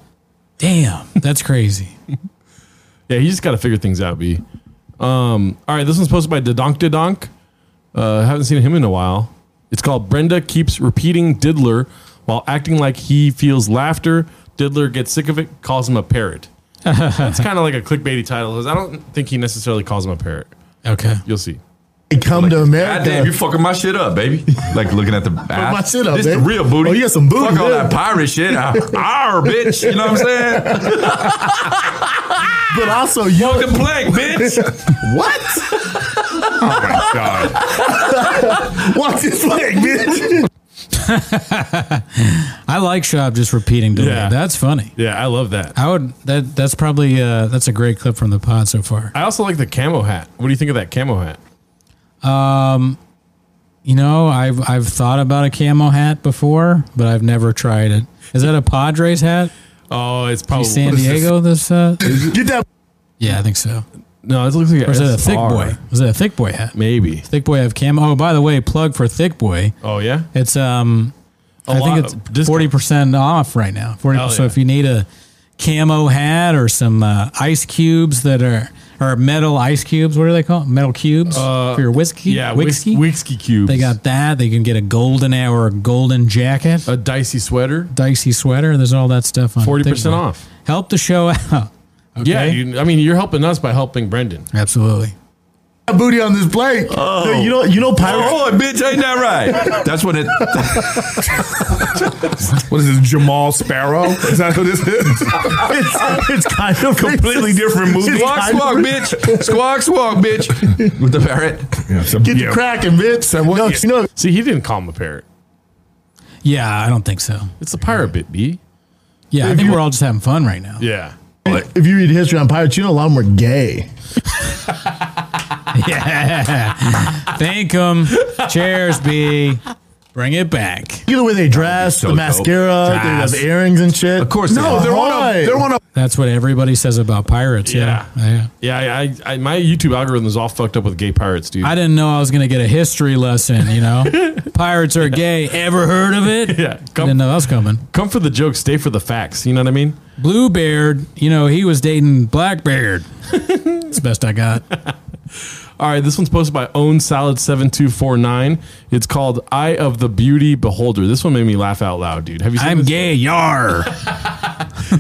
S2: Damn, that's crazy.
S1: yeah, you just got to figure things out, B. Um, all right, this one's posted by Dedonk Dedonk. Uh, haven't seen him in a while. It's called Brenda Keeps Repeating Diddler While Acting Like He Feels Laughter. Diddler gets sick of it, calls him a parrot.
S2: [LAUGHS]
S1: That's kind of like a clickbaity title. 'cause I don't think he necessarily calls him a parrot.
S2: Okay.
S1: You'll see.
S6: come to
S15: God
S6: America.
S15: damn, you fucking my shit up, baby. Like looking
S7: [LAUGHS]
S15: at the ass.
S6: my shit up,
S15: This
S6: babe.
S15: the real booty.
S6: Oh, you got some booty,
S15: Fuck all
S6: yeah.
S15: that pirate
S7: [LAUGHS]
S15: shit. Ah, Arr, bitch. You know what I'm saying?
S6: but also, you
S15: Fucking plank, bitch.
S6: [LAUGHS] what?
S15: Oh my god.
S6: Watch this leg, bitch.
S2: I like Shab just repeating. Diddler.
S1: Yeah.
S2: That's funny.
S1: Yeah, I love that.
S2: I would. That that's probably uh, that's a great clip from the pod so far.
S1: I also like the camo hat. What do you think of that camo hat?
S2: Um, you know, I've I've thought about a camo hat before, but I've never tried it. Is that a Padres hat?
S1: Oh, it's
S2: Probably
S1: probably
S2: San Diego. This uh,
S6: get that.
S2: Yeah, I think so.
S1: No, it looks like
S2: Or is that a thick
S1: SR.
S2: boy? Was that a thick boy hat?
S1: Maybe
S2: thick boy have camo. Oh, by the way, plug for thick boy.
S1: Oh yeah,
S2: it's um,
S1: A
S2: I
S1: lot-
S2: think it's forty percent off right now. Forty.
S1: Hell
S2: So
S1: yeah.
S2: if you need a camo hat or some uh, ice cubes that are or metal ice cubes, what are they called? Metal cubes
S1: Uh,
S2: for your whiskey.
S1: yeah, whis-
S2: whiskey.
S1: whiskey cubes.
S2: They got that. They can get a golden hour golden jacket,
S1: a dicey sweater,
S2: dicey sweater. There's all that stuff on.
S1: 40%
S2: Thick Boy.
S1: off.
S2: Help the show [LAUGHS] out.
S1: Yeah, you, I mean, you're helping us by helping Brendan.
S2: Absolutely.
S6: Got booty on this plank.
S15: Oh.
S6: You know, you know, pirate.
S15: Oh, bitch, ain't that right? That's what it.
S7: [LAUGHS] What is this, Jamal Sparrow? Is that who this is?
S6: it's, it's kind of
S7: completely different movie.
S15: Squawk, squawk, bitch. Squawk, squawk, bitch. With the parrot.
S6: Get the cracking, bitch. no, you know,
S1: See, he didn't call him a parrot.
S2: Yeah, I don't think so.
S1: It's a pirate bit, B.
S2: Yeah, I
S6: If
S2: think
S6: you-
S2: we're all just having fun right now.
S1: Yeah.
S6: if you read history on pirates, you know a lot of them were gay.
S2: yeah. Thank them. Cheers, B. Bring it back.
S6: Either way, they dress,
S2: so
S6: the
S2: dope.
S6: mascara, they have
S2: Dress.
S6: earrings and shit. Of
S15: course they
S6: no,
S15: do.
S6: they're on a, they're on a
S2: That's what everybody says about pirates. Yeah. yeah.
S1: Yeah, I, I, I, my YouTube algorithm is all fucked up with gay pirates, dude.
S2: I didn't know I was going to get a history lesson, you [LAUGHS] know? pirates are gay. Ever heard of it?
S1: Yeah. Come,
S2: Didn't know that was coming.
S1: come for the joke, stay for the facts. You know what I mean?
S2: Bluebeard, you know, he was dating Blackbeard. It's the best I [LAUGHS] got.
S1: All right, this one's posted by Own Salad seven two four nine. It's called "Eye of the Beauty Beholder." This one made me laugh out loud, dude. Have you seen?
S2: I'm
S1: this?
S2: gay. Yar.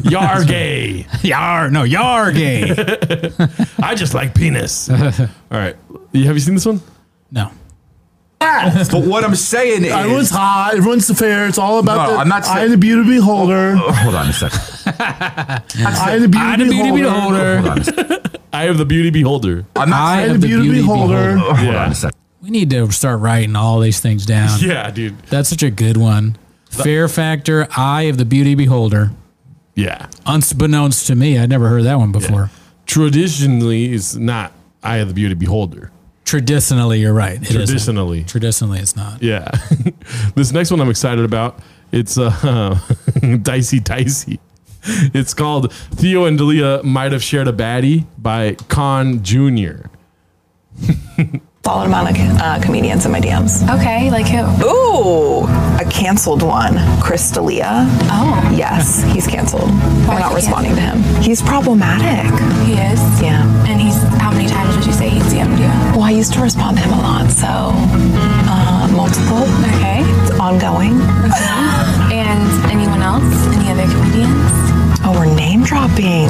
S1: Yar
S2: [LAUGHS]
S1: gay.
S2: Yar. No, yar gay.
S1: I just like penis. All right, You- have you seen this one?
S2: No.
S15: But what I'm saying is.
S6: Everyone's hot. Everyone's fair. It's all about
S15: No,
S6: the
S15: I'm not
S6: eye
S15: saying-
S6: of the beauty beholder.
S15: Oh, hold on a second.
S6: eye of the beauty,
S2: Eye of the beauty beholder.
S15: Hold on a second.
S1: Eye of the Beauty Beholder.
S15: I'm not
S2: Eye
S6: Eye of the beauty, beholder.
S16: [LAUGHS]
S15: Oh, hold on
S1: Yeah.
S15: a second.
S2: We need to start writing all these things down.
S1: Yeah, dude.
S2: That's such a good one. Fair factor, eye of the beauty beholder.
S1: Yeah.
S2: Unbeknownst to me, I'd never heard that one before.
S1: Traditionally, it's not "Eye of the Beauty Beholder."
S2: Traditionally, you're right. It is
S1: Traditionally,
S2: traditionally it's not.
S1: Yeah. [LAUGHS] this next one I'm excited about. It's uh, [LAUGHS] Dicey Dicey. It's called Theo and Delia Might Have Shared a Baddie by Con Jr.
S17: Followed amount of uh, comedians in my DMs. Okay, like who? Ooh, a canceled one, Chris D'Elia. Oh, yes, he's canceled. We're not responding to him. He's problematic. He is. Yeah. And he's how many times would you say he's DM'd you? Well, I used to respond to him a lot, so uh, multiple. Okay. It's ongoing. [LAUGHS]
S18: And anyone else? Any other comedians?
S17: Oh, we're name dropping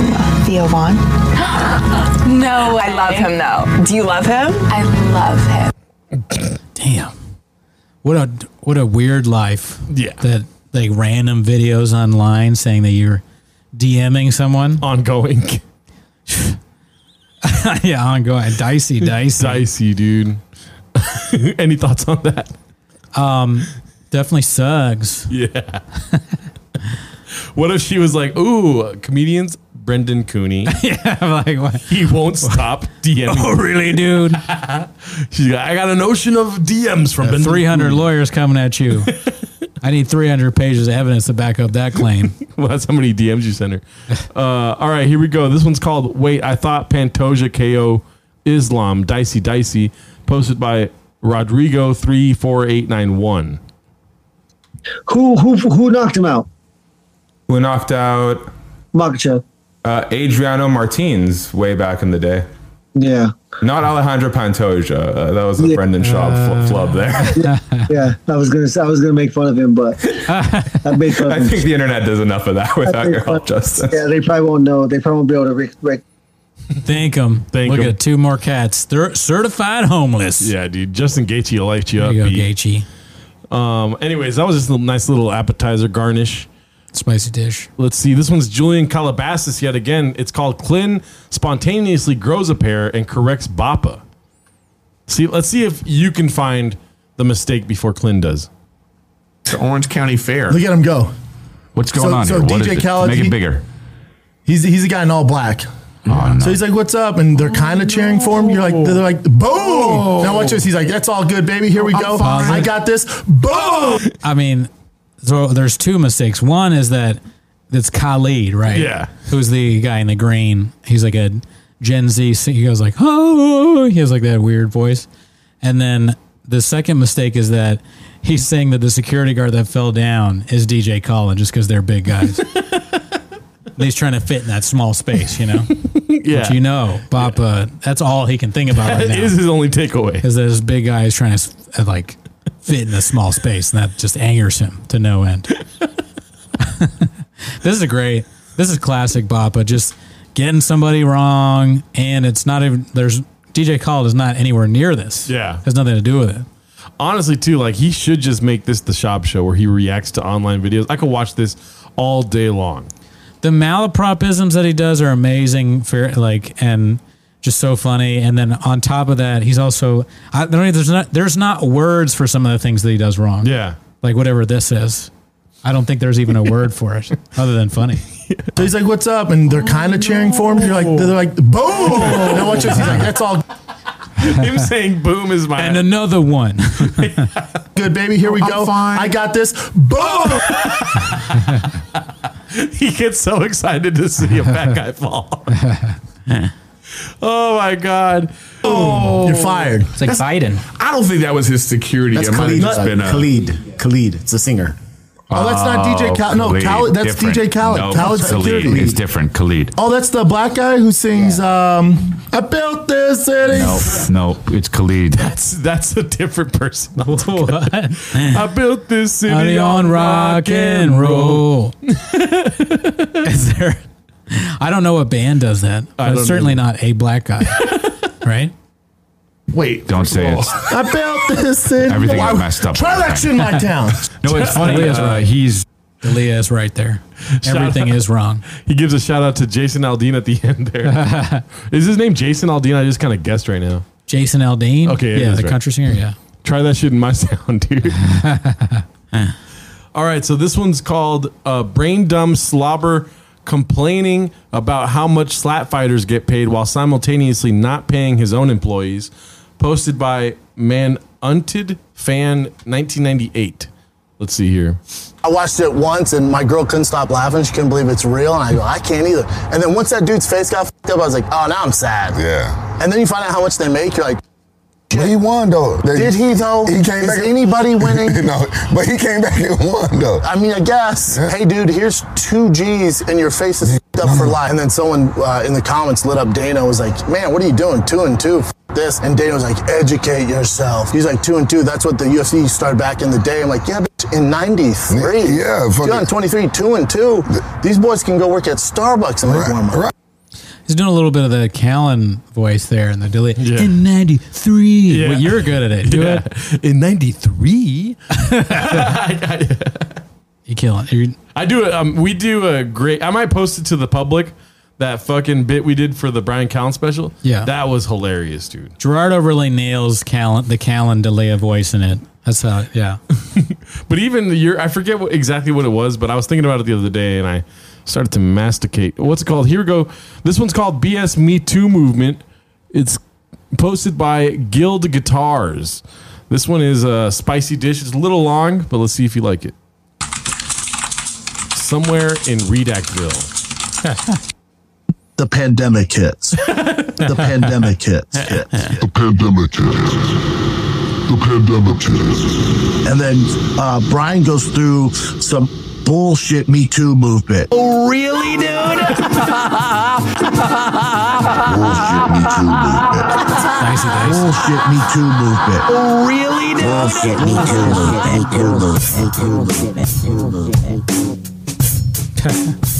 S17: Theo Vaughn.
S18: no way.
S17: I love him though. Do you love him?
S18: I love him.
S2: Damn. What a what a weird life.
S1: Yeah.
S2: That like [LAUGHS] random videos online saying that you're DMing someone.
S1: [LAUGHS] Ongoing. [LAUGHS]
S2: yeah, ongoing. [LAUGHS] Dicey, dicey.
S1: Dicey, dude. [LAUGHS] Any thoughts on that?
S2: Um, definitely sucks.
S1: Yeah. what if she was like, "Ooh, comedians Brendan
S2: [LAUGHS]
S1: Cooney."
S2: [LAUGHS] yeah, like what?
S1: He won't stop DMing.
S2: [LAUGHS] Oh, really, dude?
S1: She's like, I got an ocean of DMs from Brendan
S2: three hundred
S1: Cooney."
S2: lawyers coming at [LAUGHS] you. I need three hundred pages of evidence to back up that claim.
S1: [LAUGHS] well, that's how many DMs you sent her. Uh, all right, here we go. This one's called Wait, I Thought Pantoja KO Islam Dicey Dicey, posted by Rodrigo34891.
S13: Who who who knocked him out?
S7: Who knocked out
S13: Makachev?
S7: Uh, Adriano Martins way back in the day. [LAUGHS]
S13: Yeah.
S7: Not Alejandro Pantoja. Uh, that was a
S13: Yeah.
S7: Brendan Schaub fl- flub there. [LAUGHS]
S13: yeah, I was gonna say- I was gonna make fun of him, but I made fun
S7: I
S13: of him.
S7: think the internet does enough of that without your help, Justin.
S13: Yeah, they probably won't know. They probably won't be able to re- re-
S2: Thank them. Thank Look
S1: 'em.
S2: at two more cats. They're certified homeless.
S1: [LAUGHS] Yeah, dude. Justin Gaethje liked you
S2: There
S1: up.
S2: you go,
S1: Gaethje. Um, anyways, that was just a nice little appetizer garnish.
S2: Spicy dish.
S1: Let's see. This one's Julian Calabasas yet again. It's called Clint spontaneously grows a pair and corrects Bappa. See, let's see if you can find the mistake before Clint does.
S19: The Orange County Fair.
S1: Look
S19: Look
S1: at
S19: at
S1: him.
S20: Him go.
S19: What's
S20: going on here? What is it? Make it bigger. He's he's a guy in all black.
S21: Oh,
S20: So he's like, "What's up?" And they're kind of cheering for him. You're like, "They're like, boom!" Now watch this. He's like, "That's all good, baby. Here we go.
S2: fine.
S20: I got this. Boom!"
S2: I mean, so there's two mistakes. One is that it's Khalid, right?
S1: Yeah.
S2: Who's the guy in the green? He's like a Gen Z. sing- He goes like, oh, he has like that weird voice. And then the second mistake is that he's saying that the security guard that fell down is DJ Colin just because they're big guys.
S1: [LAUGHS]
S2: And he's trying to fit in that small space, you know?
S1: Yeah.
S2: But you know, Papa, that's all he can
S1: [LAUGHS]
S2: think about right
S1: That
S2: now.
S1: is his only takeaway.
S2: Because this big guy is trying to uh, like fit in a small space, and that just angers him to no end. [LAUGHS] this is a great. This is classic Bappa. Just getting somebody wrong, and it's not even. There's DJ Khaled is not anywhere near this.
S1: Yeah.
S2: has nothing to do with it.
S1: Honestly, too, like he should just make this the shop show where he reacts to online videos. I could watch this all day long.
S2: The malapropisms that he does are amazing. For like and. Just so funny, and then on top of that, he's also I don't know, there's not there's not words for some of the things that he does wrong.
S1: Yeah,
S2: like whatever this is, I don't think there's even a word for it other than funny.
S20: So he's like, "What's up?" And they're kind of cheering for him. You're like, "They're like, boom!" Now watch this. He's like, "That's all
S1: Him saying boom is my
S2: [LAUGHS] And another one.
S20: good, baby. Here we go. I got this. Boom!"
S1: he gets so excited to see a fat guy fall. oh my god! Oh,
S20: You're fired. It's
S21: like Biden.
S19: I don't think that was his security.
S21: That's
S19: it might
S21: Khalid.
S19: have just been a.
S21: Khalid. Khalid. It's a singer.
S20: Oh, that's not DJ Khaled. No,
S21: Khalid.
S20: Khaled. That's
S21: Different.
S20: DJ Khaled.
S21: No,
S20: Khaled's
S21: Khalid
S20: security.
S21: is
S22: different. Khalid.
S20: Oh, that's the black guy who sings. Um, I built this city.
S22: No, no, it's Khalid.
S1: That's that's a different person. I built this
S2: Only
S1: city
S2: on rock and roll. [LAUGHS] Is there? I don't know what band does that.
S22: I
S2: But
S22: don't
S2: it's certainly not a
S22: [LAUGHS]
S2: black guy, right?
S20: Wait.
S22: Don't say it.
S20: I built this city.
S22: Everything is messed up.
S20: Try that shit in my town.
S22: No, it's funny.
S2: Leah's
S22: Uh,
S2: right.
S22: he's
S2: Leah is right
S22: [LAUGHS]
S2: there.
S1: Shout
S2: Everything
S1: out.
S2: is wrong.
S1: He gives a shout out to Jason Aldean at the end
S2: [LAUGHS]
S1: there. is his name Jason Aldean? I just kind of guessed right now.
S2: Jason Aldean.
S1: Okay, it
S2: yeah,
S1: is
S2: the
S1: right.
S2: country singer. Yeah,
S1: Try that shit in my [LAUGHS] sound, dude. All right, so this one's called uh, Brain Dumb Slobber Complaining About How Much Slap Fighters Get Paid While Simultaneously Not Paying His Own Employees. Posted by Man Unted Fan 1998. Let's see here.
S6: I watched it once and my girl couldn't stop laughing. She couldn't believe it's real. And I go, I can't either. And then once that dude's face got fed up, I was like, oh, now I'm sad. Yeah. And then you find out how much they make. You're like,
S23: He won though. They-
S6: did he though?
S23: He came
S6: Is
S23: back. [LAUGHS]
S13: [LAUGHS]
S6: anybody winning?
S23: no, but he came back and won though.
S6: I mean, I guess. Hey, dude, here's two G's and your face is fed up for life. And then someone uh, in the comments lit up Dana was like, man, what are you doing? Two and two. F- this. And Dana was like, educate yourself. He's like, two and two. That's what the UFC started back in the day. I'm like, yeah, bitch, in 93.
S23: Yeah, fuck it.
S6: 2023, two and two. These boys can go work at Starbucks and make more money.
S2: he's doing a little bit of the Callan voice there and the delay in '93. Well, you're good
S22: [LAUGHS]
S2: at it. Do
S1: Yeah. [LAUGHS]
S2: it
S1: in [LAUGHS] '93.
S2: you killing. it. You're,
S1: I do. Um, we do a great. I might post it to the public. that fucking bit we did for the Brian Callen special.
S2: Yeah.
S1: that was hilarious, dude.
S2: Gerardo really nails Callan, the Callan delay of voice in it. That's how, yeah.
S1: But even the year, I forget what, exactly what it was, but I was thinking about it the other day and I started to masticate. What's it called? Here we go. This one's called BS Me Too Movement. It's posted by Guild Guitars. This one is a spicy dish. It's a little long, but let's see if you like it. Somewhere in Redactville.
S6: The pandemic hits. the pandemic hits. hits.
S24: The pandemic hits. The pandemic hits.
S6: And then uh, Brian goes through some bullshit Me Too movement.
S25: Oh, really, dude?
S6: [LAUGHS] Bullshit Me Too movement.
S25: Oh, really, dude?
S6: Bullshit Me Too movement. [LAUGHS]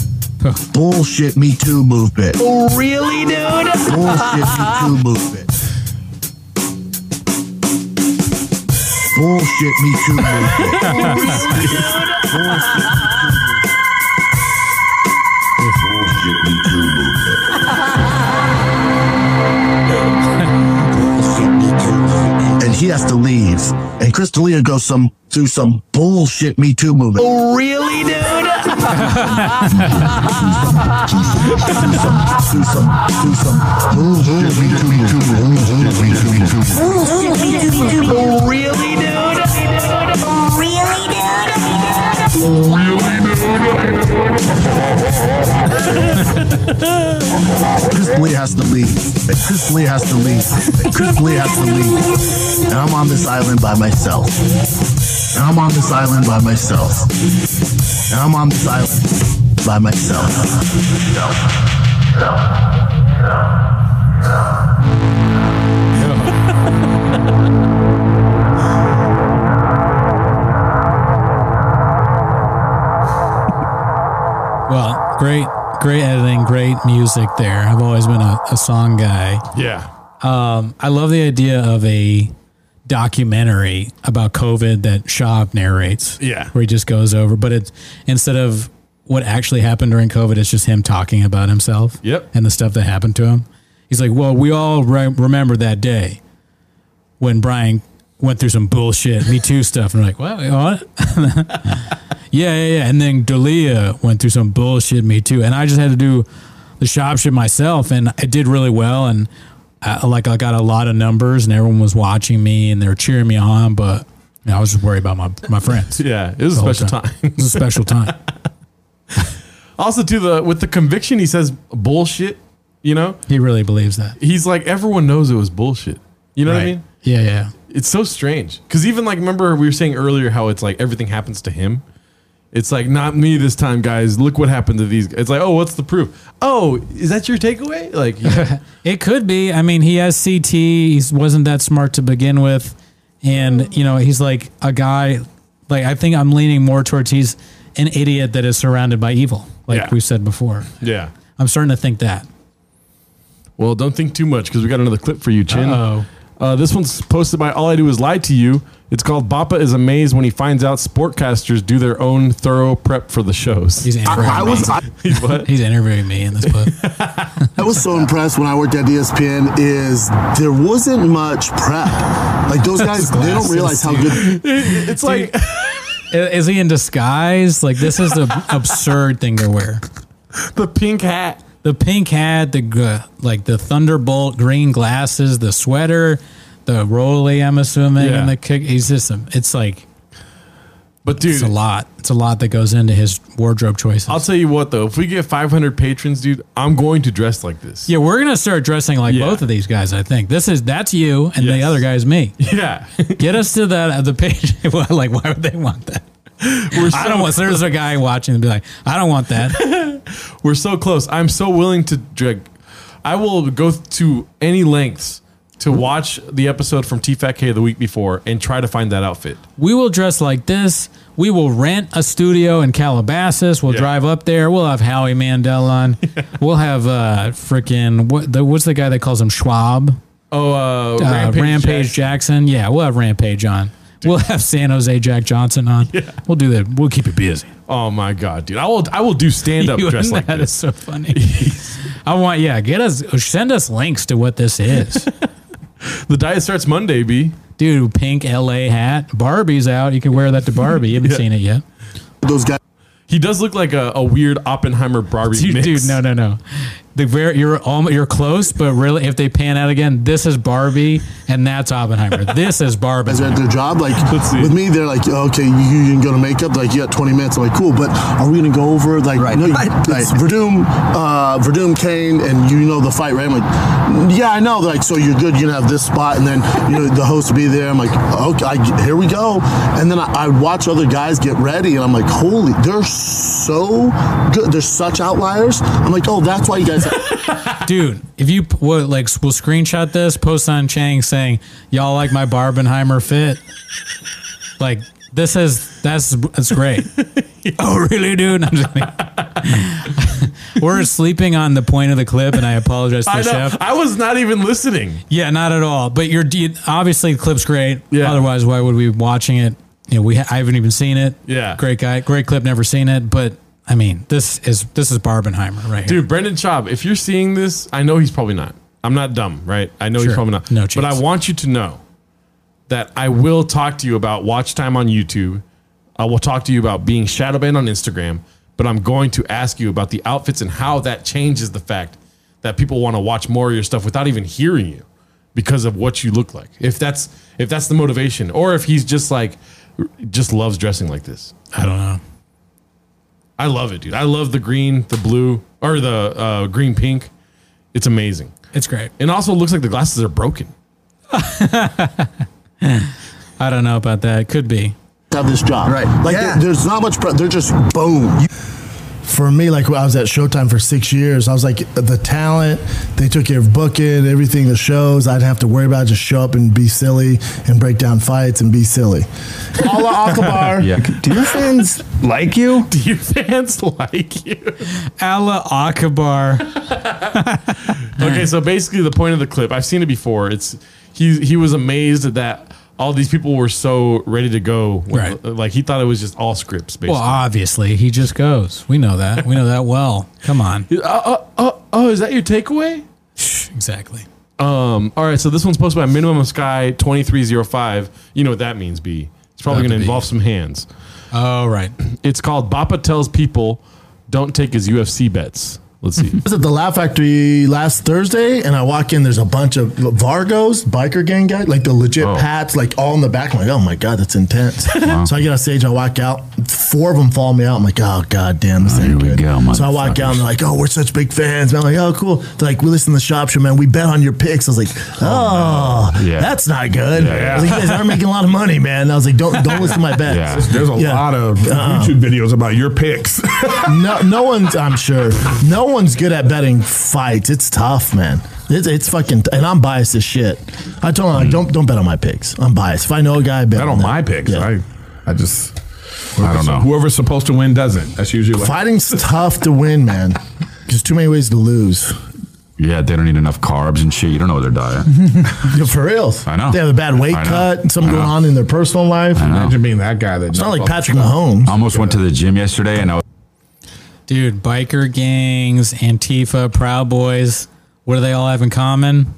S6: Bullshit Me Too movement.
S25: Oh, really, dude?
S6: Bullshit Me Too movement. Bullshit Me Too movement. and he has to leave. And Chris D'Elia goes some through some bullshit Me Too movement.
S25: Oh, really, dude?
S6: Through some, through some bullshit Me Too [LAUGHS] movement. Bullshit Me Too movement.
S25: Oh, really, dude?
S6: Chris Lee has to leave. Chris Lee has to leave. Chris Lee has to leave. And I'm on this island by myself. And I'm on this island by myself. And I'm on this island by myself.
S2: Well, great, great editing, great music there. I've always been a, a song guy.
S1: Yeah.
S2: Um, I love the idea of a documentary about COVID that Shab narrates.
S1: Yeah.
S2: Where he just goes over, but it's instead of what actually happened during COVID, it's just him talking about himself.
S1: Yep.
S2: And the stuff that happened to him. He's like, well, we all re- remember that day when Brian went through some bullshit Me Too stuff. And we're like, what? what? yeah, yeah, yeah. And then Dalia went through some bullshit Me Too. And I just had to do the shop shit myself. And I did really well. And I, like, I got a lot of numbers and everyone was watching me and they were cheering me on. But you know, I was just worried about my,
S1: [LAUGHS]
S2: my friends.
S1: Yeah, it was
S2: the
S1: a
S2: whole
S1: special time. [LAUGHS]
S2: It was a special time.
S1: Also, to the with the conviction, he says bullshit. You know,
S2: he really believes that.
S1: He's like everyone knows it was bullshit. You know what I
S2: Right.
S1: mean?
S2: Yeah, yeah.
S1: It's so strange because even like remember we were saying earlier how it's like everything happens to him. It's like not me this time, guys. Look what happened to these. It's like oh, what's the proof? Oh, is that your takeaway? Like
S2: [LAUGHS]
S1: yeah.
S2: It could be. I mean, he has CT. He wasn't that smart to begin with, and you know, he's like a guy. Like I think I'm leaning more towards he's an idiot that is surrounded by evil. Like
S1: Yeah.
S2: we've said before,
S1: yeah.
S2: I'm starting to think that.
S1: Well, don't think too much because we got another clip for you, Chin.
S2: Uh-oh.
S1: Uh, this one's posted by All I Do Is Lie to You. It's called Bappa is amazed when he finds out sportcasters do their own thorough prep for the shows.
S2: He's
S6: I- I was- I-
S1: He's what?
S2: He's interviewing me in this book.
S6: I was so impressed when I worked at E ESPN is there wasn't much prep. Like [LAUGHS] those guys, they don't realize how good.
S1: It's like
S2: is he in disguise? Like this is the absurd thing to wear.
S1: The pink hat.
S2: The pink hat, the gr- like the thunderbolt green glasses, the sweater, the rolly. I'm assuming,
S1: Yeah.
S2: and the kick. He's just it's like,
S1: but dude,
S2: it's a lot. It's a lot that goes into his wardrobe choices.
S1: I'll tell you what though, if we get 500 patrons, dude, I'm going to dress like this.
S2: Yeah, we're gonna start dressing like both of these guys. I think this is that's you, and the other guy's me.
S1: [LAUGHS] Yeah,
S2: get us to that uh, the page. [LAUGHS] Well, like, why would they want that? I don't want. There's a guy watching and be like, I don't want that.
S1: We're so close. I'm so willing to drag. I will go to any lengths to watch the episode from TFATK the week before and try to find that outfit.
S2: we will dress like this. We will rent a studio in Calabasas. We'll drive up there. We'll have Howie
S1: [LAUGHS]
S2: Mandel on. We'll have uh freaking what the what's the guy that calls him Schwab?
S1: Oh, uh,
S2: Uh, Rampage, Jackson. Yeah, we'll have Rampage on. We'll have San Jose Jack Johnson on. We'll do that. We'll keep it busy.
S1: Oh my god, dude! I will. I will do stand up
S2: [LAUGHS] You
S1: dressed
S2: and
S1: like
S2: that
S1: this.
S2: is
S1: [LAUGHS]
S2: so funny. I want yeah. Get us send us links to what
S1: [LAUGHS]
S2: this is.
S1: the diet starts Monday, b.
S2: Dude, pink LA hat. Barbie's out. You can wear that to Barbie. You haven't
S1: Yeah.
S2: seen it yet.
S1: Those guys. He does look like a, a weird Oppenheimer Barbie
S2: Dude,
S1: mix.
S2: dude, no, no, no. The very you're almost you're close, but really, if they pan out again, this is Barbie and
S1: [LAUGHS]
S2: that's Oppenheimer. this is Barbie.
S26: Is that their job? Like with me, they're like, "Oh, okay, you, you can go to makeup. Like you got 20 minutes. I'm like, cool, but are we gonna go over like no, you- it's Verdum, uh, Verdum Kane, and you know the fight, right? I'm like, yeah, I know. They're like, so you're good. You're gonna have this spot, and then you know the host will be there. I'm like, okay, I, here we go. And then I, I watch other guys get ready, and I'm like, holy, they're so good. They're such outliers. I'm like, oh, that's why you guys.
S2: Dude, if you what like we'll screenshot this, post on Chang saying y'all like my Barbenheimer fit. Like this is that's
S1: [LAUGHS]
S2: that's great. oh really, dude? No, I'm just kidding. [LAUGHS] We're sleeping on the point of the clip, and I apologize to
S1: I
S2: the
S1: know.
S2: chef.
S1: I was not even listening.
S2: Yeah, not at all. But you're you- obviously the clip's great. Yeah. Otherwise, why would we be watching it? You know, we ha- I haven't even seen it.
S1: Yeah.
S2: Great guy, great clip. Never seen it, but I mean, this is this is Barbenheimer right here.
S1: Dude, Brendan Chobb, if you're seeing this, I know he's probably not. I'm not dumb, right? I know
S2: Sure.
S1: he's probably not.
S2: No
S1: But I
S2: chance.
S1: want you to know that I will talk to you about watch time on YouTube. I will talk to you about being shadow banned on Instagram, but I'm going to ask you about the outfits and how that changes the fact that people want to watch more of your stuff without even hearing you because of what you look like. If that's if that's the motivation or if he's just like just loves dressing like this.
S2: I don't know.
S1: I love it, dude. I love the green, the blue, or the uh, green pink. It's amazing.
S2: It's great.
S1: And also, it looks like the glasses are broken. [LAUGHS]
S2: I don't know about that. Could be.
S26: have this job. Right. Like there- there's not much. Pre- they're just boom.
S6: For me, like when I was at Showtime for six years, I was like the talent. They took care of booking, everything, the shows. I'd have to worry about just show up and be silly and break down fights and be silly.
S15: Allah
S7: [LAUGHS]
S15: Akbar.
S6: Yeah.
S15: Do your fans like you?
S1: Do your fans [LAUGHS] like you?
S2: Allah [LAUGHS] Akbar.
S1: okay, so basically, the point of the clip, I've seen it before. It's he he was amazed that all these people were so ready to go.
S2: Right.
S1: Like he thought it was just all scripts. Basically.
S2: Well, obviously, he just goes. We know that. We know that well. Come on.
S1: Uh, uh, uh, oh, is that your takeaway?
S2: Exactly.
S1: Um, all right, so this one's posted by Minimum of Sky 2305. You know what that means, B. It's probably
S2: About
S1: going to
S2: to be.
S1: involve some hands.
S2: Oh, right.
S1: It's called Bappa Tells People Don't Take His UFC Bets. Let's see. [LAUGHS]
S6: I was at the Laugh Factory last Thursday, and I walk in. There's a bunch of Vargos, biker gang guys, like the legit
S15: Oh.
S6: Pats, like all in the back. I'm like, oh my god, that's
S15: [LAUGHS]
S6: intense. So I get on stage, I walk out. Four of them follow me out. I'm like, oh god damn, this ain't good. so I walk out, and they're like, oh, we're such big fans. Man. I'm like, oh cool. They're like, we listen to the Shop Show, man. We bet on your picks. I was like, oh,
S15: no. Yeah.
S6: that's not good.
S15: Yeah.
S6: I was like, you guys aren't making a lot of money, man. And I was like, don't don't listen
S15: [LAUGHS]
S6: to my bets.
S15: Yeah. There's a lot of YouTube
S6: videos about
S15: [LAUGHS]
S6: your picks. no, no one's. I'm sure no one's good at betting fights. It's tough, man. It's, it's fucking. and I'm biased as shit. I told him like, don't don't bet on my picks. I'm biased. If I know a guy, I bet,
S7: Not on my picks. I, I just.
S6: I don't know.
S7: Whoever's supposed to win doesn't. That's usually what.
S6: Fighting's tough to win, man. There's too many ways to lose.
S16: Yeah, they don't eat enough carbs and shit. You don't know their diet.
S6: Yeah, for real.
S16: I know.
S6: They have a bad weight
S16: I know.
S6: cut. and Something
S16: I know.
S6: going on in their personal life.
S16: Imagine
S7: being that guy. That
S6: it's not like Patrick Mahomes.
S16: I almost went to the gym yesterday and I was
S2: Dude, biker gangs, Antifa, Proud Boys, what do they all have in common?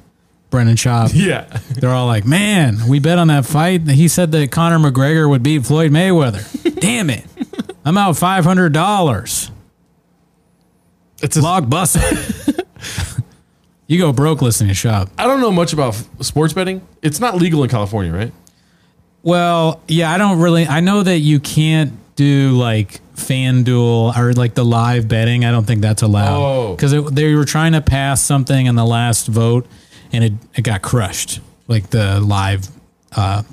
S2: Brendan Schaub.
S1: Yeah.
S2: They're all like, man, we bet on that fight. He said that Conor McGregor would beat
S1: [LAUGHS]
S2: Floyd Mayweather. Damn it. I'm out $500.
S1: It's a
S2: log bus.
S1: [LAUGHS]
S2: you go broke listening to Schaub.
S1: I don't know much about f- sports betting. It's not legal in California, right?
S2: Well, yeah, I don't really. I know that you can't do like FanDuel or like the live betting. I don't think that's allowed
S1: Oh.
S2: because they were trying to pass something in the last vote, and it it got crushed. Like the live, uh,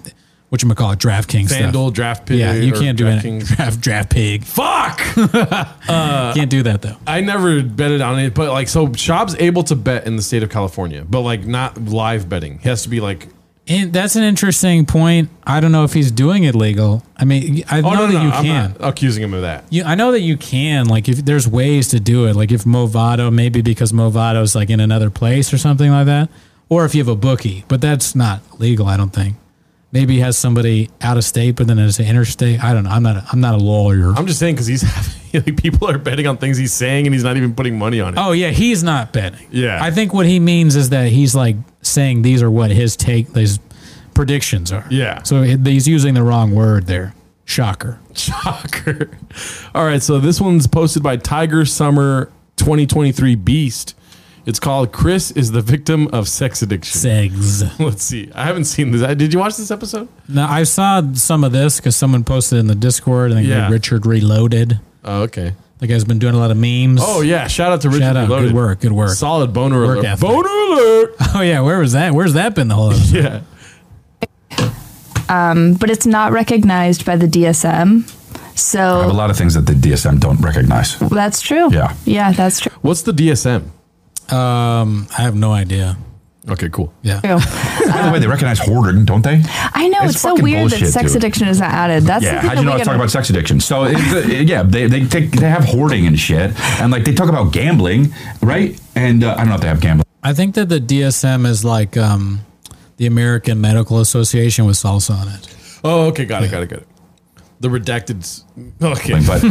S2: what you call it, DraftKings stuff.
S1: FanDuel, Draft Pig,
S2: Yeah, you
S1: or
S2: can't do it. [LAUGHS]
S1: DraftKings.
S2: Draft Draft Pig.
S1: [LAUGHS] Fuck! Uh,
S2: can't do that though.
S1: I never betted on it, but like, so Shop's able to bet in the state of California, but like not live betting. He has to be like,
S2: And that's an interesting point. I don't know if he's doing it legal. I mean, I
S1: oh,
S2: know
S1: no,
S2: that
S1: no,
S2: you
S1: I'm
S2: can.
S1: not accusing him of that.
S2: You, I know that you can. Like, if there's ways to do it, like if Movado, maybe because Movado's like in another place or something like that, or if you have a bookie, but that's not legal, I don't think. Maybe he has somebody out of state, but then it's an interstate. I don't know. I'm not. A, I'm not a lawyer.
S1: I'm just saying because he's [LAUGHS] having like people are betting on things he's saying and he's not even putting money on it.
S2: Oh yeah, he's not betting.
S1: Yeah.
S2: I think what he means is that he's like saying these are what his take, these predictions are.
S1: Yeah.
S2: So it- he's using the wrong word there. Shocker.
S1: Shocker. All right, so this one's posted by Tiger Summer 2023 Beast. It's called Chris is the victim of sex addiction. [LAUGHS]
S2: Segs.
S1: Let's see. I haven't seen this. I- Did you watch this episode?
S2: Now I saw some of this because someone posted in the Discord. I think
S1: Yeah.
S2: Richard Reloaded.
S1: Oh, okay.
S2: The guy's been doing a lot of memes.
S1: Oh yeah, shout out to Richard
S2: Shout out.
S1: Reloaded.
S2: Good work. Good work.
S1: Solid boner
S2: Work
S1: alert.
S2: ethic.
S1: Boner alert.
S2: [LAUGHS]
S1: [LAUGHS]
S2: Oh yeah, where was that? Where's that been the whole? Episode?
S1: Yeah.
S3: um, but it's not recognized by the DSM.
S16: I have a
S3: So
S16: lot of things that the DSM don't recognize.
S3: that's true.
S16: Yeah.
S3: Yeah, that's true.
S1: What's the DSM?
S2: Um, I have no idea.
S1: Okay, cool.
S2: Yeah.
S3: True.
S16: By the way, they recognize hoarding, don't they?
S3: I know
S16: It's
S3: it's, so
S16: fucking
S3: weird that
S16: bullshit,
S3: sex
S16: dude.
S3: addiction is not added. That's
S16: yeah,
S3: something
S16: how'd you
S3: that
S16: know I
S3: we gotta-
S16: was talking about sex addiction? So, it's, uh, yeah, they, they take they have hoarding and shit, and like they talk about gambling, right? And uh, I don't know if they have gambling.
S2: I think that the DSM is like um, the American Medical Association with salsa on it.
S1: Oh, okay, got it, got it, got it. The redacted s- [LAUGHS] okay.
S16: [LAUGHS] But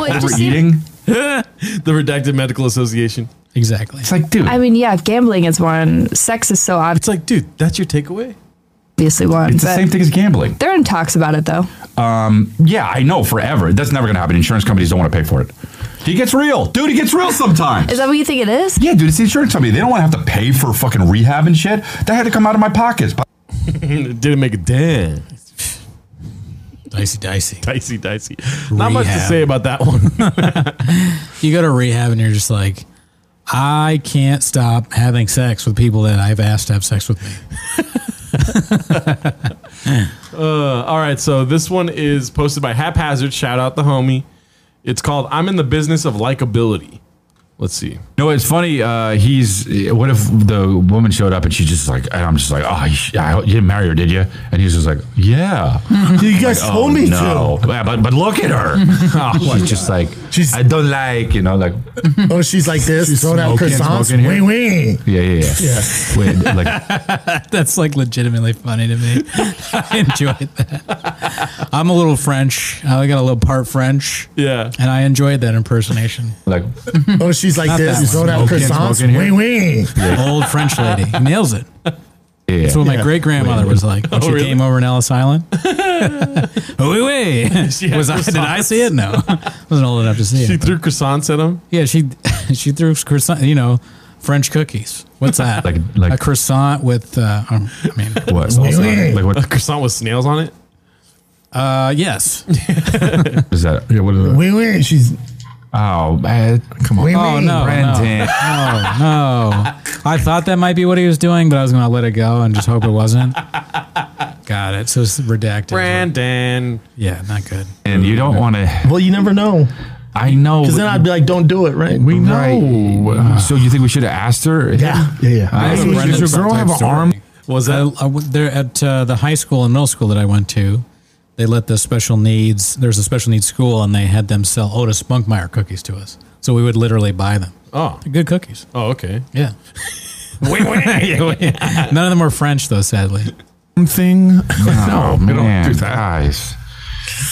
S3: Well, it just seems-
S1: the redacted medical association.
S2: Exactly.
S16: It's like, dude.
S3: I mean, yeah, gambling is one. Sex is so obvious. It's
S1: like, dude, that's your takeaway. [LAUGHS]
S3: Obviously, one.
S16: It's the
S3: but
S16: same thing as gambling.
S3: They're in talks about it though.
S16: Um, yeah, I know forever. That's never going to happen. Insurance companies don't want to pay for it. He gets real. Dude, he gets real sometimes.
S3: Is that what you think it is?
S16: Yeah, dude, it's the insurance company. They don't want to have to pay for fucking rehab and shit. That had to come out of my pockets.
S1: Didn't make a dent.
S2: Dicey, dicey.
S1: [LAUGHS] Dicey, dicey. Not much to
S2: Rehab.
S1: say about that [LAUGHS] one.
S2: You go to rehab and you're just like, I can't stop having sex with people that I've asked to have sex with me. [LAUGHS]
S1: Uh, all right, so this one is posted by Haphazard. Shout out the homie. It's called "I'm in the business of likability." Let's see.
S16: No, it's funny. Uh, he's what if the woman showed up and she's just like, and I'm just like, oh, you, sh- I, hope- you didn't marry her, did you? And he's just like, yeah.
S26: You guys
S16: Like, oh,
S6: Oh,
S26: told me
S16: no. Yeah, but but look at her. oh, she's just like she's. I don't like you know like.
S26: to. Oh, she's like this. Throw that
S16: smoking,
S26: croissants.
S16: smoking
S26: Wing
S16: here.
S26: wing.
S16: Yeah, yeah, yeah.
S26: Yeah.
S16: Wait, like
S2: That's like legitimately funny to me. [LAUGHS] I enjoyed that. I'm a little French. I got a little part French.
S1: Yeah.
S2: And I enjoyed that impersonation.
S16: like
S26: Oh, she's like
S2: Not
S26: this.
S2: that
S26: You throw
S2: one.
S26: that
S2: Smoking,
S26: croissants.
S2: smoking
S26: Wing
S2: here.
S26: wing.
S2: Old French lady. Nails it.
S16: Yeah.
S2: That's what my
S26: Yeah.
S2: great grandmother was like
S1: [LAUGHS]
S2: when
S1: Oh,
S2: she
S1: really?
S2: came over in
S1: [LAUGHS]
S2: Ellis Island. Wait,
S1: She
S2: wait.
S1: had
S2: Was I, did I
S1: croissants.
S2: see it? No. [LAUGHS] wasn't old enough to see
S1: She
S2: it.
S1: threw croissants at him.
S2: Yeah, she [LAUGHS] she threw croissant. You know, French cookies. What's that? like
S16: like
S2: a croissant with. Uh, um, I mean,
S16: What?
S2: salsa.
S16: Like
S1: A
S16: what
S1: croissant with snails on it.
S2: Uh,
S16: [LAUGHS]
S2: yes.
S16: is that? Yeah, what is that?
S26: Wing wing. She's
S16: Oh man, come on.
S26: Wait,
S2: Oh
S26: wait.
S2: no,
S16: Brendan.
S2: no, no, no! I thought that might be what he was doing, but I was gonna let it go and just hope it wasn't. Got it. So it's redacted.
S1: Brandon.
S2: Yeah, not good.
S16: And you don't want to.
S26: Well, you never know.
S16: I know.
S26: Because then I'd be like, don't do it, right?
S16: We know. so you think we should have asked her?
S26: Yeah. Yeah. yeah.
S16: I
S2: That's
S16: think
S2: what
S16: does your
S2: Brendan's
S16: girl
S2: type
S16: have an
S2: story. Uh,
S16: arm?
S1: Was
S2: that I, I went there at uh, the high school and middle school that I went to? They let the special needs. There's a special needs school, and they had them sell Otis Spunkmeyer cookies to us. So we would literally buy them.
S1: Oh.
S2: They're good cookies.
S1: Oh, okay. [LAUGHS]
S2: Yeah. [LAUGHS] None of them were French though, sadly. No,
S16: Something. No,
S2: we
S16: man.
S2: don't
S16: do
S2: do
S16: that. Guys.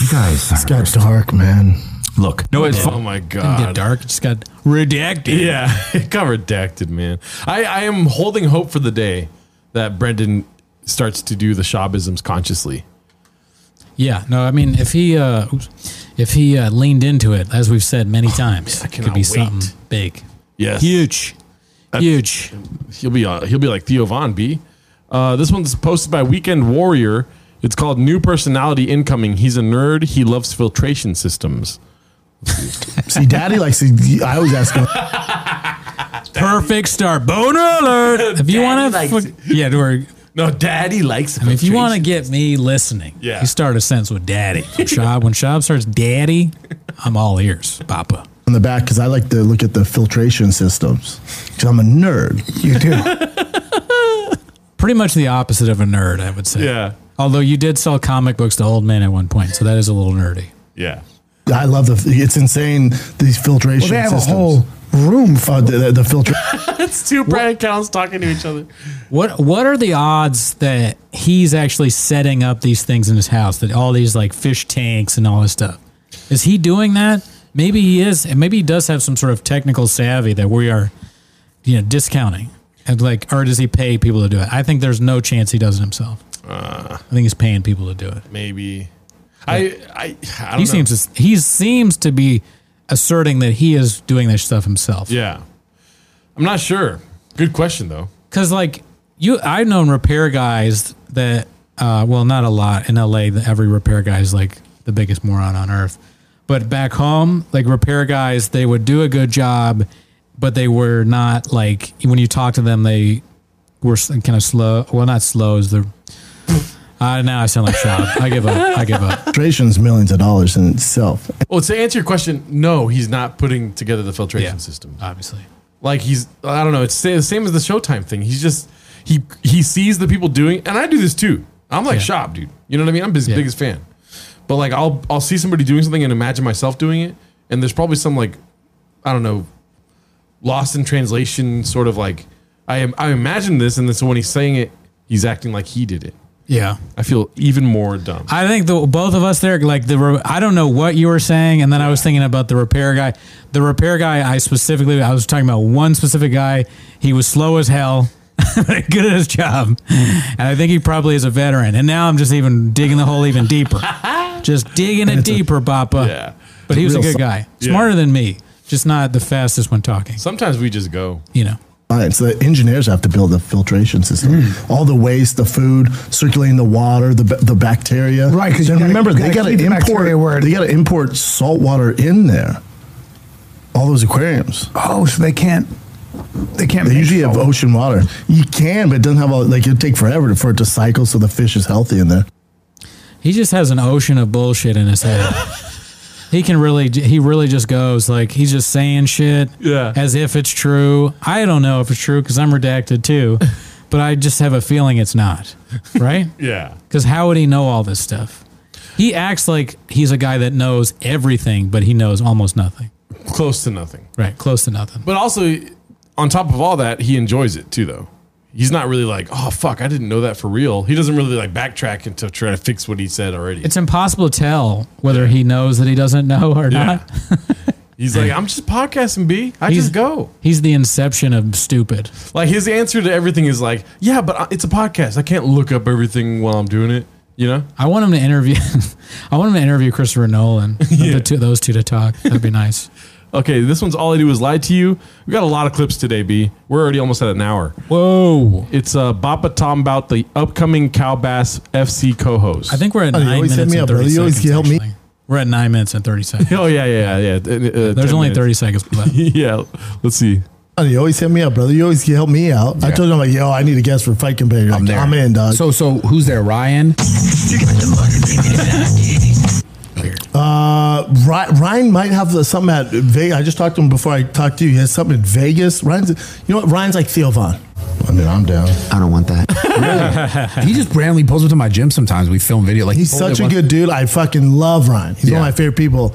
S16: You guys.
S26: It's got dark, man.
S16: Look. No, it's
S1: oh my
S2: Didn't
S1: god.
S2: get dark. It just got redacted.
S1: Yeah, [LAUGHS] it got redacted, man. I, I am holding hope for the day that Brendan starts to do the Shabbisms consciously.
S2: Yeah, no, I mean, if he uh, oops, if he uh, leaned into it, as we've said many times, it could
S1: Oh, cannot
S2: be
S1: wait.
S2: something big,
S1: Yes.
S2: huge, huge.
S1: He'll be uh, he'll be like Theo Von B. Uh, this one's posted by Weekend Warrior. It's called New Personality Incoming. He's a nerd. He loves filtration systems.
S26: See, daddy likes to. I always ask him.
S2: Perfect start. Boner
S1: [LAUGHS]
S2: alert. If you want to,
S1: Daddy likes
S2: fu- yeah, do we
S1: No, Daddy likes.
S2: I mean, if you want to get me listening,
S1: Yeah.
S2: you start a sentence with daddy.
S1: [LAUGHS]
S2: When Shab, when Shab starts daddy, I'm all ears, Papa.
S26: in the back because I like to look at the filtration systems because I'm a nerd. You do. [LAUGHS]
S2: Pretty much the opposite of a nerd, I would say.
S1: Yeah.
S2: Although you did sell comic books to old men at one point, so that is a little nerdy.
S1: Yeah.
S26: I love the. It's insane these filtration
S13: Well, they have
S26: systems. Oh,
S13: a whole room for
S6: the, the, the filter.
S1: it's two brand accounts talking to each other.
S2: What What are the odds that he's actually setting up these things in his house? That all these like fish tanks and all this stuff. Is he doing that? Maybe he is, and maybe he does have some sort of technical savvy that we are, you know, discounting. And like, or does he pay people to do it? I think there's no chance he does it himself.
S1: Uh.
S2: I think he's paying people to do it.
S1: Maybe. I, I, I don't know.
S2: he seems to, he seems to be asserting that he is doing this stuff himself.
S1: Yeah. I'm not sure. Good question, though.
S2: Because like you, I've known repair guys that, uh, well, not a lot in LA. That every repair guy is like the biggest moron on earth. But back home, like repair guys, they would do a good job, but they were not like when you talk to them, they were kind of slow. Well, not slow is the. Uh, now I sound like Shab. I give up. I give up.
S6: Filtration's millions of dollars in itself.
S1: Well, to answer your question, no, he's not putting together the filtration system.
S2: Obviously.
S1: Like he's, I don't know. It's sa- the same as the Showtime thing. He's just he he sees the people doing, and I do this too. I'm like
S2: Yeah.
S1: shop, dude. You know what I mean? I'm his biggest fan. But like, I'll I'll see somebody doing something and imagine myself doing it, and there's probably some like, I don't know, lost in translation sort of like, I am I imagine this, and then so when he's saying it, he's acting like he did it.
S2: Yeah.
S1: I feel even more dumb.
S2: I think the both of us there, like the re- I don't know what you were saying, and then I was thinking about the repair guy. The repair guy, I specifically, I was talking about one specific guy. He was slow as hell, [LAUGHS] but good at his job, and I think he probably is a veteran. And now I'm just even digging the hole even deeper,
S6: [LAUGHS]
S2: just digging it deeper, Papa. Yeah, but he was a
S6: Real
S2: good
S6: so-
S2: guy,
S6: Yeah.
S2: smarter than me, just not the fastest when talking.
S1: Sometimes we just go.
S2: You know.
S6: All right, so the engineers have to build the filtration system. All the waste, the food, circulating the water, the, ba- the bacteria.
S13: Right, 'cause you
S6: Then
S13: gotta-
S6: remember
S13: you
S6: they
S13: gotta
S6: got to
S13: keep the
S6: import.
S13: bacteria where-
S6: They got to import salt water in there. All those aquariums.
S13: Oh, so they can't. They can't.
S6: They usually have ocean water. You can, but it doesn't have all. Like it would take forever for it to cycle, so the fish is healthy in there.
S2: He just has an ocean of bullshit in his head. he can really, he really just goes like he's just saying shit,
S1: Yeah.
S2: as if it's true. I don't know if it's true because I'm redacted too, but I just have a feeling it's not, right? [LAUGHS]
S1: Yeah.
S2: Because how would he know all this stuff? He acts like he's a guy that knows everything, but he knows almost nothing.
S1: Close to nothing.
S2: Right, close to nothing.
S1: But also, on top of all that, he enjoys it too, though. He's not really like, oh fuck, I didn't know that for real. He doesn't really like backtrack into trying to fix what he said already.
S2: It's impossible to tell whether he knows that he doesn't know or not.
S1: [LAUGHS] He's like, I'm just podcasting, B. I
S2: He's-
S1: just go.
S2: He's the inception of stupid.
S1: Like his answer to everything is like, yeah, but I- it's a podcast. I can't look up everything while I'm doing it. You know?
S2: I want him to interview. [LAUGHS] I want him to interview Christopher Nolan. The two, those two to talk. That'd be nice.
S1: Okay, this one's all I do is lie to you. We got a lot of clips today, B. We're already almost at an hour.
S2: Whoa!
S1: It's uh, Bapa Tom about the upcoming Cowbass FC co-host.
S2: I think we're at nine minutes and thirty seconds. actually. We're at nine minutes and thirty seconds.
S1: Oh yeah, yeah, yeah. yeah.
S2: There's only thirty seconds
S1: [LAUGHS]
S2: left.
S1: yeah, let's see.
S6: Oh, you always hit me up, brother. You always help me out. I told you, I'm like, yo, I need a guest for fight competitor. Like, I'm,
S5: there.
S6: in, dog.
S5: So so who's there? Ryan.
S6: Uh, Ry- Ryan might have the, something at Vegas. I just talked to him before I talked to you. He has something in Vegas. Ryan's, you know what? Ryan's like Theo Vaughn. I mean, I'm down.
S5: I don't want that. really? He just randomly pulls up to my gym sometimes. We film video. Like
S6: He's
S5: he pulled
S6: such a
S5: up-
S6: good dude. I fucking love Ryan. He's one
S5: Oh, Yeah.
S6: of my favorite people.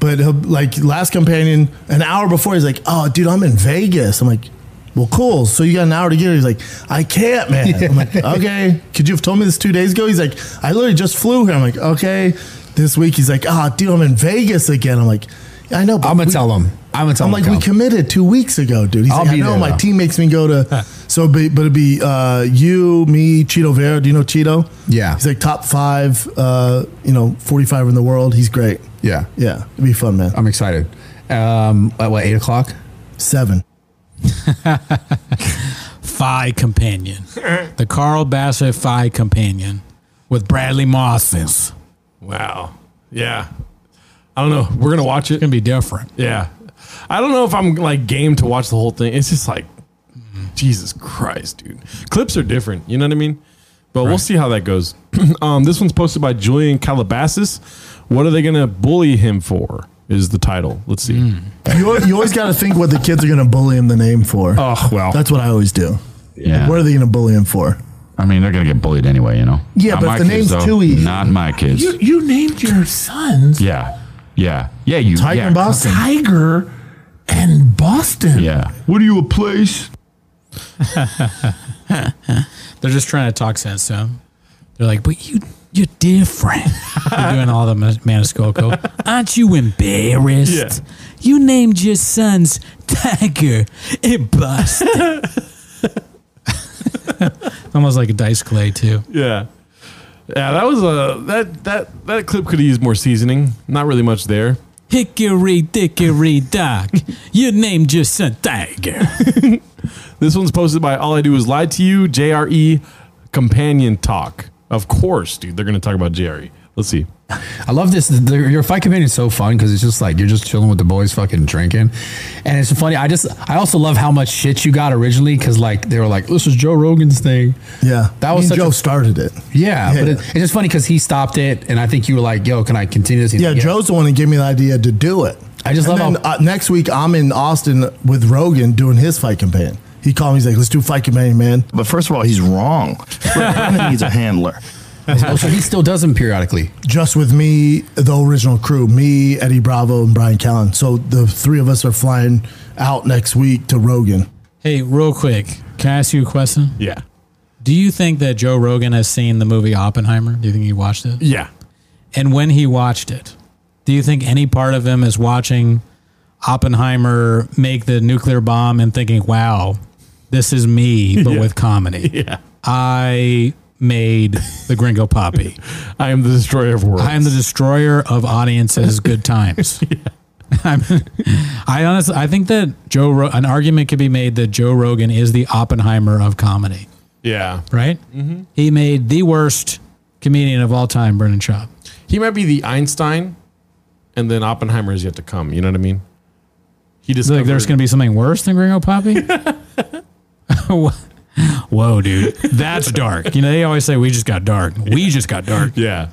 S6: But he'll, like last companion, an hour before, he's like, "Oh, dude, I'm in Vegas." I'm like, "Well, cool. So you got an hour to get here?" He's like, "I can't, man." I'm
S5: [LAUGHS]
S6: like, "Okay. Could you have told me this two days ago?" He's like, "I literally just flew here." I'm like, "Okay." This week, he's like, "Ah, dude, I'm in Vegas again." I'm like, "I know." But
S5: I'm gonna tell him. I'm gonna tell
S6: I'm
S5: him.
S6: like, we committed two weeks ago, dude. He's
S5: I'll
S6: like, I
S5: be
S6: know
S5: there,
S6: my
S5: though.
S6: team makes me go
S5: [LAUGHS]
S6: to. so, it'd be, but it'd be uh, you, me, Cheeto Vera. Do you know Cheeto?
S5: Yeah.
S6: he's like top five. Uh, you know, forty five in the world. He's great.
S5: Yeah.
S6: Yeah, it'd be fun, man.
S5: I'm excited. Um, at what eight o'clock?
S6: Seven.
S2: Phi Companion, the Carl Bassett Phi Companion, with Bradley Mosses.
S1: Wow. Yeah. I don't know. We're gonna watch it. It's
S2: gonna be different.
S1: Yeah. I don't know if I'm like game to watch the whole thing. It's just like Jesus Christ, dude. Clips are different. You know what I mean? But we'll see how that goes. [CLEARS THROAT] um, this one's posted by Julian Calabasas. What are they gonna bully him for? Is the title. Let's see.
S6: You, al- you always got to think what the kids are going to bully him the name for.
S1: Oh well,
S6: that's what I always do.
S16: Yeah.
S6: What are they going to bully him for?
S16: I mean, they're gonna get bullied anyway, you know.
S6: Yeah, but
S16: my
S6: if the
S16: kids,
S6: name's
S16: though.
S6: too easy-
S16: Not my kids.
S7: You, you named your sons
S16: yeah, yeah, yeah. You
S7: Tiger
S16: yeah,
S7: Tiger and Boston.
S16: Yeah.
S7: What are you a place?
S2: They're just trying to talk sense to him. They're like, but you, you're different. [LAUGHS] you're doing all the Ma- Maniscalco. Aren't you embarrassed? You named your sons Tiger and Boston. [LAUGHS] Almost like a dice clay, too.
S1: Yeah. Yeah, that was a that that that clip could have used more seasoning. Not really much there.
S2: Hickory dickory dock. you named your son Tiger.
S1: This one's posted by All I Do Is Lie to You, JRE Companion Talk. Of course, dude, they're gonna talk about Jerry. Let's see.
S5: I love this. The- Your fight companion is so fun because it's just like you're just chilling with the boys, fucking drinking, and it's funny. I just, I also love how much shit you got originally because like they were like, "This is Joe Rogan's thing."
S6: Yeah,
S5: that was
S6: Me and
S5: such
S6: Joe
S5: a-
S6: started it.
S5: Yeah, but
S6: Yeah.
S5: it, it's just funny because he stopped it, and I think you were like, "Yo, can I continue this?" He's
S6: Yeah,
S5: like,
S6: Joe's the one who gave me the idea to do it.
S5: I just
S6: and
S5: love
S6: then, uh, next week I'm in Austin with Rogan doing his fight campaign. He called me. He's like, "Let's do fight campaign, man."
S12: But first of all, he's wrong. Brandon needs a handler.
S5: Oh, so he still does them periodically.
S6: Just with me, the original crew, me, Eddie Bravo, and Brian Callen. So the three of us are flying out next week to Rogan.
S2: Hey, real quick, can I ask you a question?
S1: Yeah.
S2: Do you think that Joe Rogan has seen the movie Oppenheimer? Do you think he watched it?
S1: Yeah.
S2: And when he watched it, do you think any part of him is watching Oppenheimer make the nuclear bomb and thinking, wow, this is me, but
S1: Yeah.
S2: with comedy?
S1: [LAUGHS] Yeah.
S2: I made the Gringo Poppy.
S1: I am the destroyer of worlds.
S2: I am the destroyer of audiences'
S1: [LAUGHS]
S2: good times. [LAUGHS] I'm, I honestly, I think that Joe, Ro- an argument could be made that Joe Rogan is the Oppenheimer of comedy,
S1: Yeah.
S2: right?
S1: Mhm.
S2: He made the worst comedian of all time, Brendan Schaub.
S1: He might be the Einstein, and then Oppenheimer is yet to come. You know what I mean? He just
S2: like there's going to be something worse than Gringo Poppy. [LAUGHS] Whoa, dude, that's dark. You know they always say we just got dark. We just got dark.
S1: Yeah.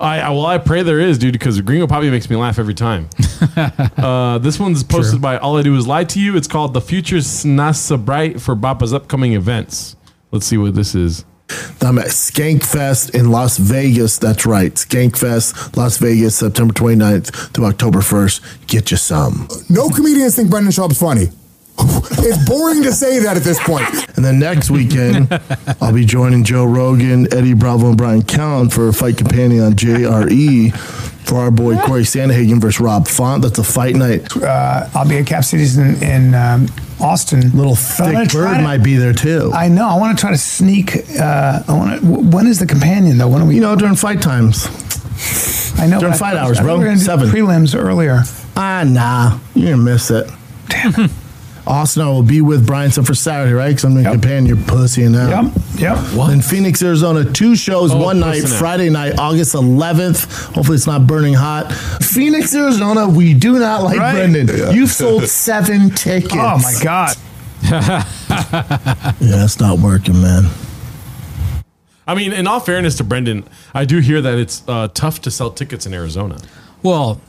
S1: I, I well, I pray there is, dude, because Gringo Poppy makes me laugh every [LAUGHS] time. uh, this one's posted by All I Do Is Lie to You. It's called The Future's Snasa Bright for Bapa's upcoming events. Let's see what this is.
S6: I'm at Skankfest in Las Vegas. That's right. Skankfest, Las Vegas, September 29th to October 1st. Get you some.
S4: No comedians think Brendan Schaub's funny. [LAUGHS] it's boring to say that at this point.
S6: And then next weekend, I'll be joining Joe Rogan, Eddie Bravo, and Brian Callen for a fight companion on JRE for our boy Corey Sandhagen versus Rob Font. That's a fight night.
S13: [LAUGHS] Uh, I'll be at Cap Cities in, in um, Austin. Little
S6: Dick Bird might be there too.
S13: I know. I want to try to sneak. Uh, I want to. W- when is the companion though? When are we? You
S6: know, during fight times.
S13: I know.
S6: During
S13: but I
S6: fight
S13: thought-
S6: hours,
S13: I thought
S6: bro.
S13: we were gonna do
S6: Seven.
S13: prelims earlier.
S6: Ah, nah. You're going to miss it. Damn. [LAUGHS] Austin, I will be with Brian some for Saturday, right? Because I'm going to companion your pussy and that. Yep.
S13: Yep.
S6: In Phoenix, Arizona, two shows,
S1: Oh,
S6: one night,
S1: pussy now.
S6: Friday night, August 11th. Hopefully, it's not burning hot. Phoenix, Arizona, we do not like
S13: Right.
S6: Brendan.
S13: Yeah.
S6: You've sold seven tickets.
S13: Oh my
S6: [LAUGHS]
S13: god.
S6: Yeah, it's not working, man.
S1: I mean, in all fairness to Brendan, I do hear that it's uh, tough to sell tickets in Arizona.
S2: Well,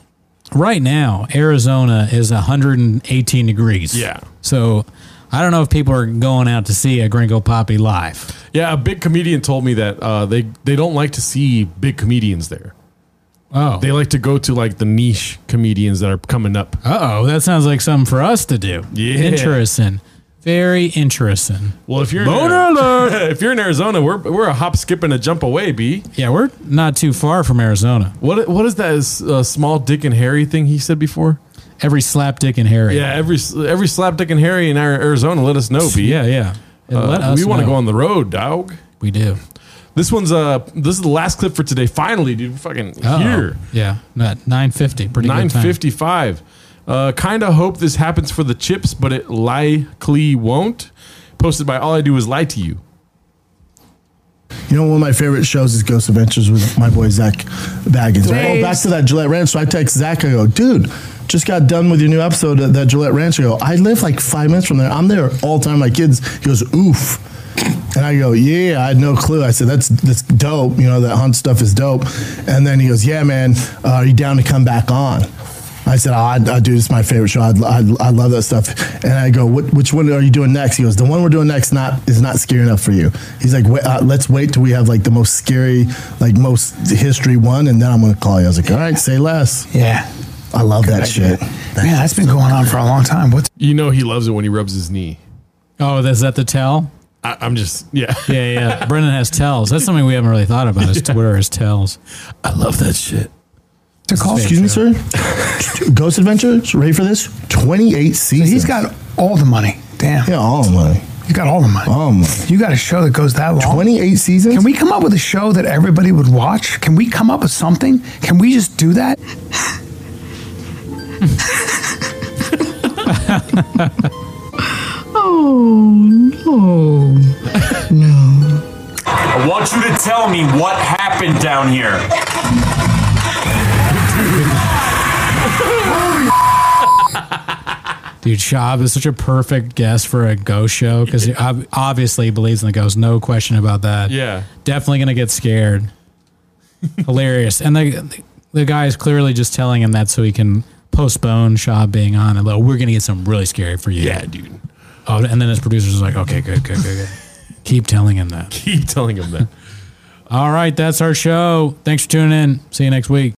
S2: right now Arizona is 118 degrees.
S1: Yeah.
S2: So I don't know if people are going out to see a Gringo Poppy live.
S1: Yeah, a big comedian told me that uh, they they don't like to see big comedians there.
S2: Oh.
S1: They like to go to like the niche comedians that are coming up.
S2: Uh oh, that sounds like something for us to do.
S1: Yeah.
S2: Interesting. Very interesting.
S1: Well, if you're
S2: Boner
S1: in, [LAUGHS] if you're in Arizona, we're we're a hop, skip, and a jump away, b.
S2: Yeah, we're not too far from Arizona.
S1: What what is that uh, small Dick and Harry thing he said before?
S2: Every slap dick and Harry.
S1: Yeah, every every slap Dick and Harry in Ar- Arizona, let us know, b.
S2: Yeah, yeah. And
S1: Uh,
S2: let us
S1: we want to
S2: know.
S1: go on the road, dog.
S2: We do.
S1: This one's uh this is the last clip for today. Finally, dude, we're fucking
S2: Uh-oh.
S1: here.
S2: Oh, Yeah, not nine fifty. Pretty
S1: Nine
S2: good time.
S1: fifty-five. Uh, kind of hope this happens for the chips, but it likely won't. Posted by All I Do Is Lie to You.
S6: You know, one of my favorite shows is Ghost Adventures with my boy Zach Baggins. Right? Oh, back to that Gillette Ranch. So I text Zach, I go, dude, just got done with your new episode at that Gillette Ranch. I go, I live like five minutes from there. I'm there all the time. My kids, he goes, oof. And I go, yeah, I had no clue. I said, that's that's dope. You know, that hunt stuff is dope. And then he goes, yeah, man, uh, are you down to come back on? I said, oh, I, I do. This is my favorite show. I, I, I love that stuff. And I go, what, which one are you doing next? He goes, the one we're doing next not is not scary enough for you. He's like, wait, uh, let's wait till we have like the most scary, like most history one, and then I'm gonna call you. I was like, all right, say less.
S13: Yeah.
S6: I love that shit.
S13: Man, that's been going on for a long time. What's
S1: You know he loves it when he rubs his knee.
S2: Oh, is that the tell?
S1: I, I'm just yeah. [LAUGHS]
S2: Yeah, yeah. Brendan has tells. That's something we haven't really thought about. Is what are his tells? I love that shit.
S6: To call, excuse me, sir. Ghost Adventures, ready for this? 28 seasons.
S13: he's got all the money. Damn.
S6: Yeah, all the money.
S13: You got all the money.
S6: All the money.
S13: You got a show that goes that long.
S6: 28 seasons?
S13: Can we come up with a show that everybody would watch? Can we come up with something? Can we just do that?
S8: Oh, no. no. I want you to tell me what happened down here.
S2: Dude, Shab is such a perfect guest for a ghost show because he ob- obviously believes in the ghost. No question about that.
S1: Yeah.
S2: Definitely going to get scared. Hilarious. And the, the guy is clearly just telling him that so he can postpone Shab being on. And like, we're going to get something really scary for you.
S1: Yeah, dude.
S2: Oh, and then his producer's like, okay, good, good,
S1: [LAUGHS]
S2: good, good. Keep telling him that. [LAUGHS]
S1: Keep telling him that.
S2: All right, that's our show. Thanks for tuning in. See you next week.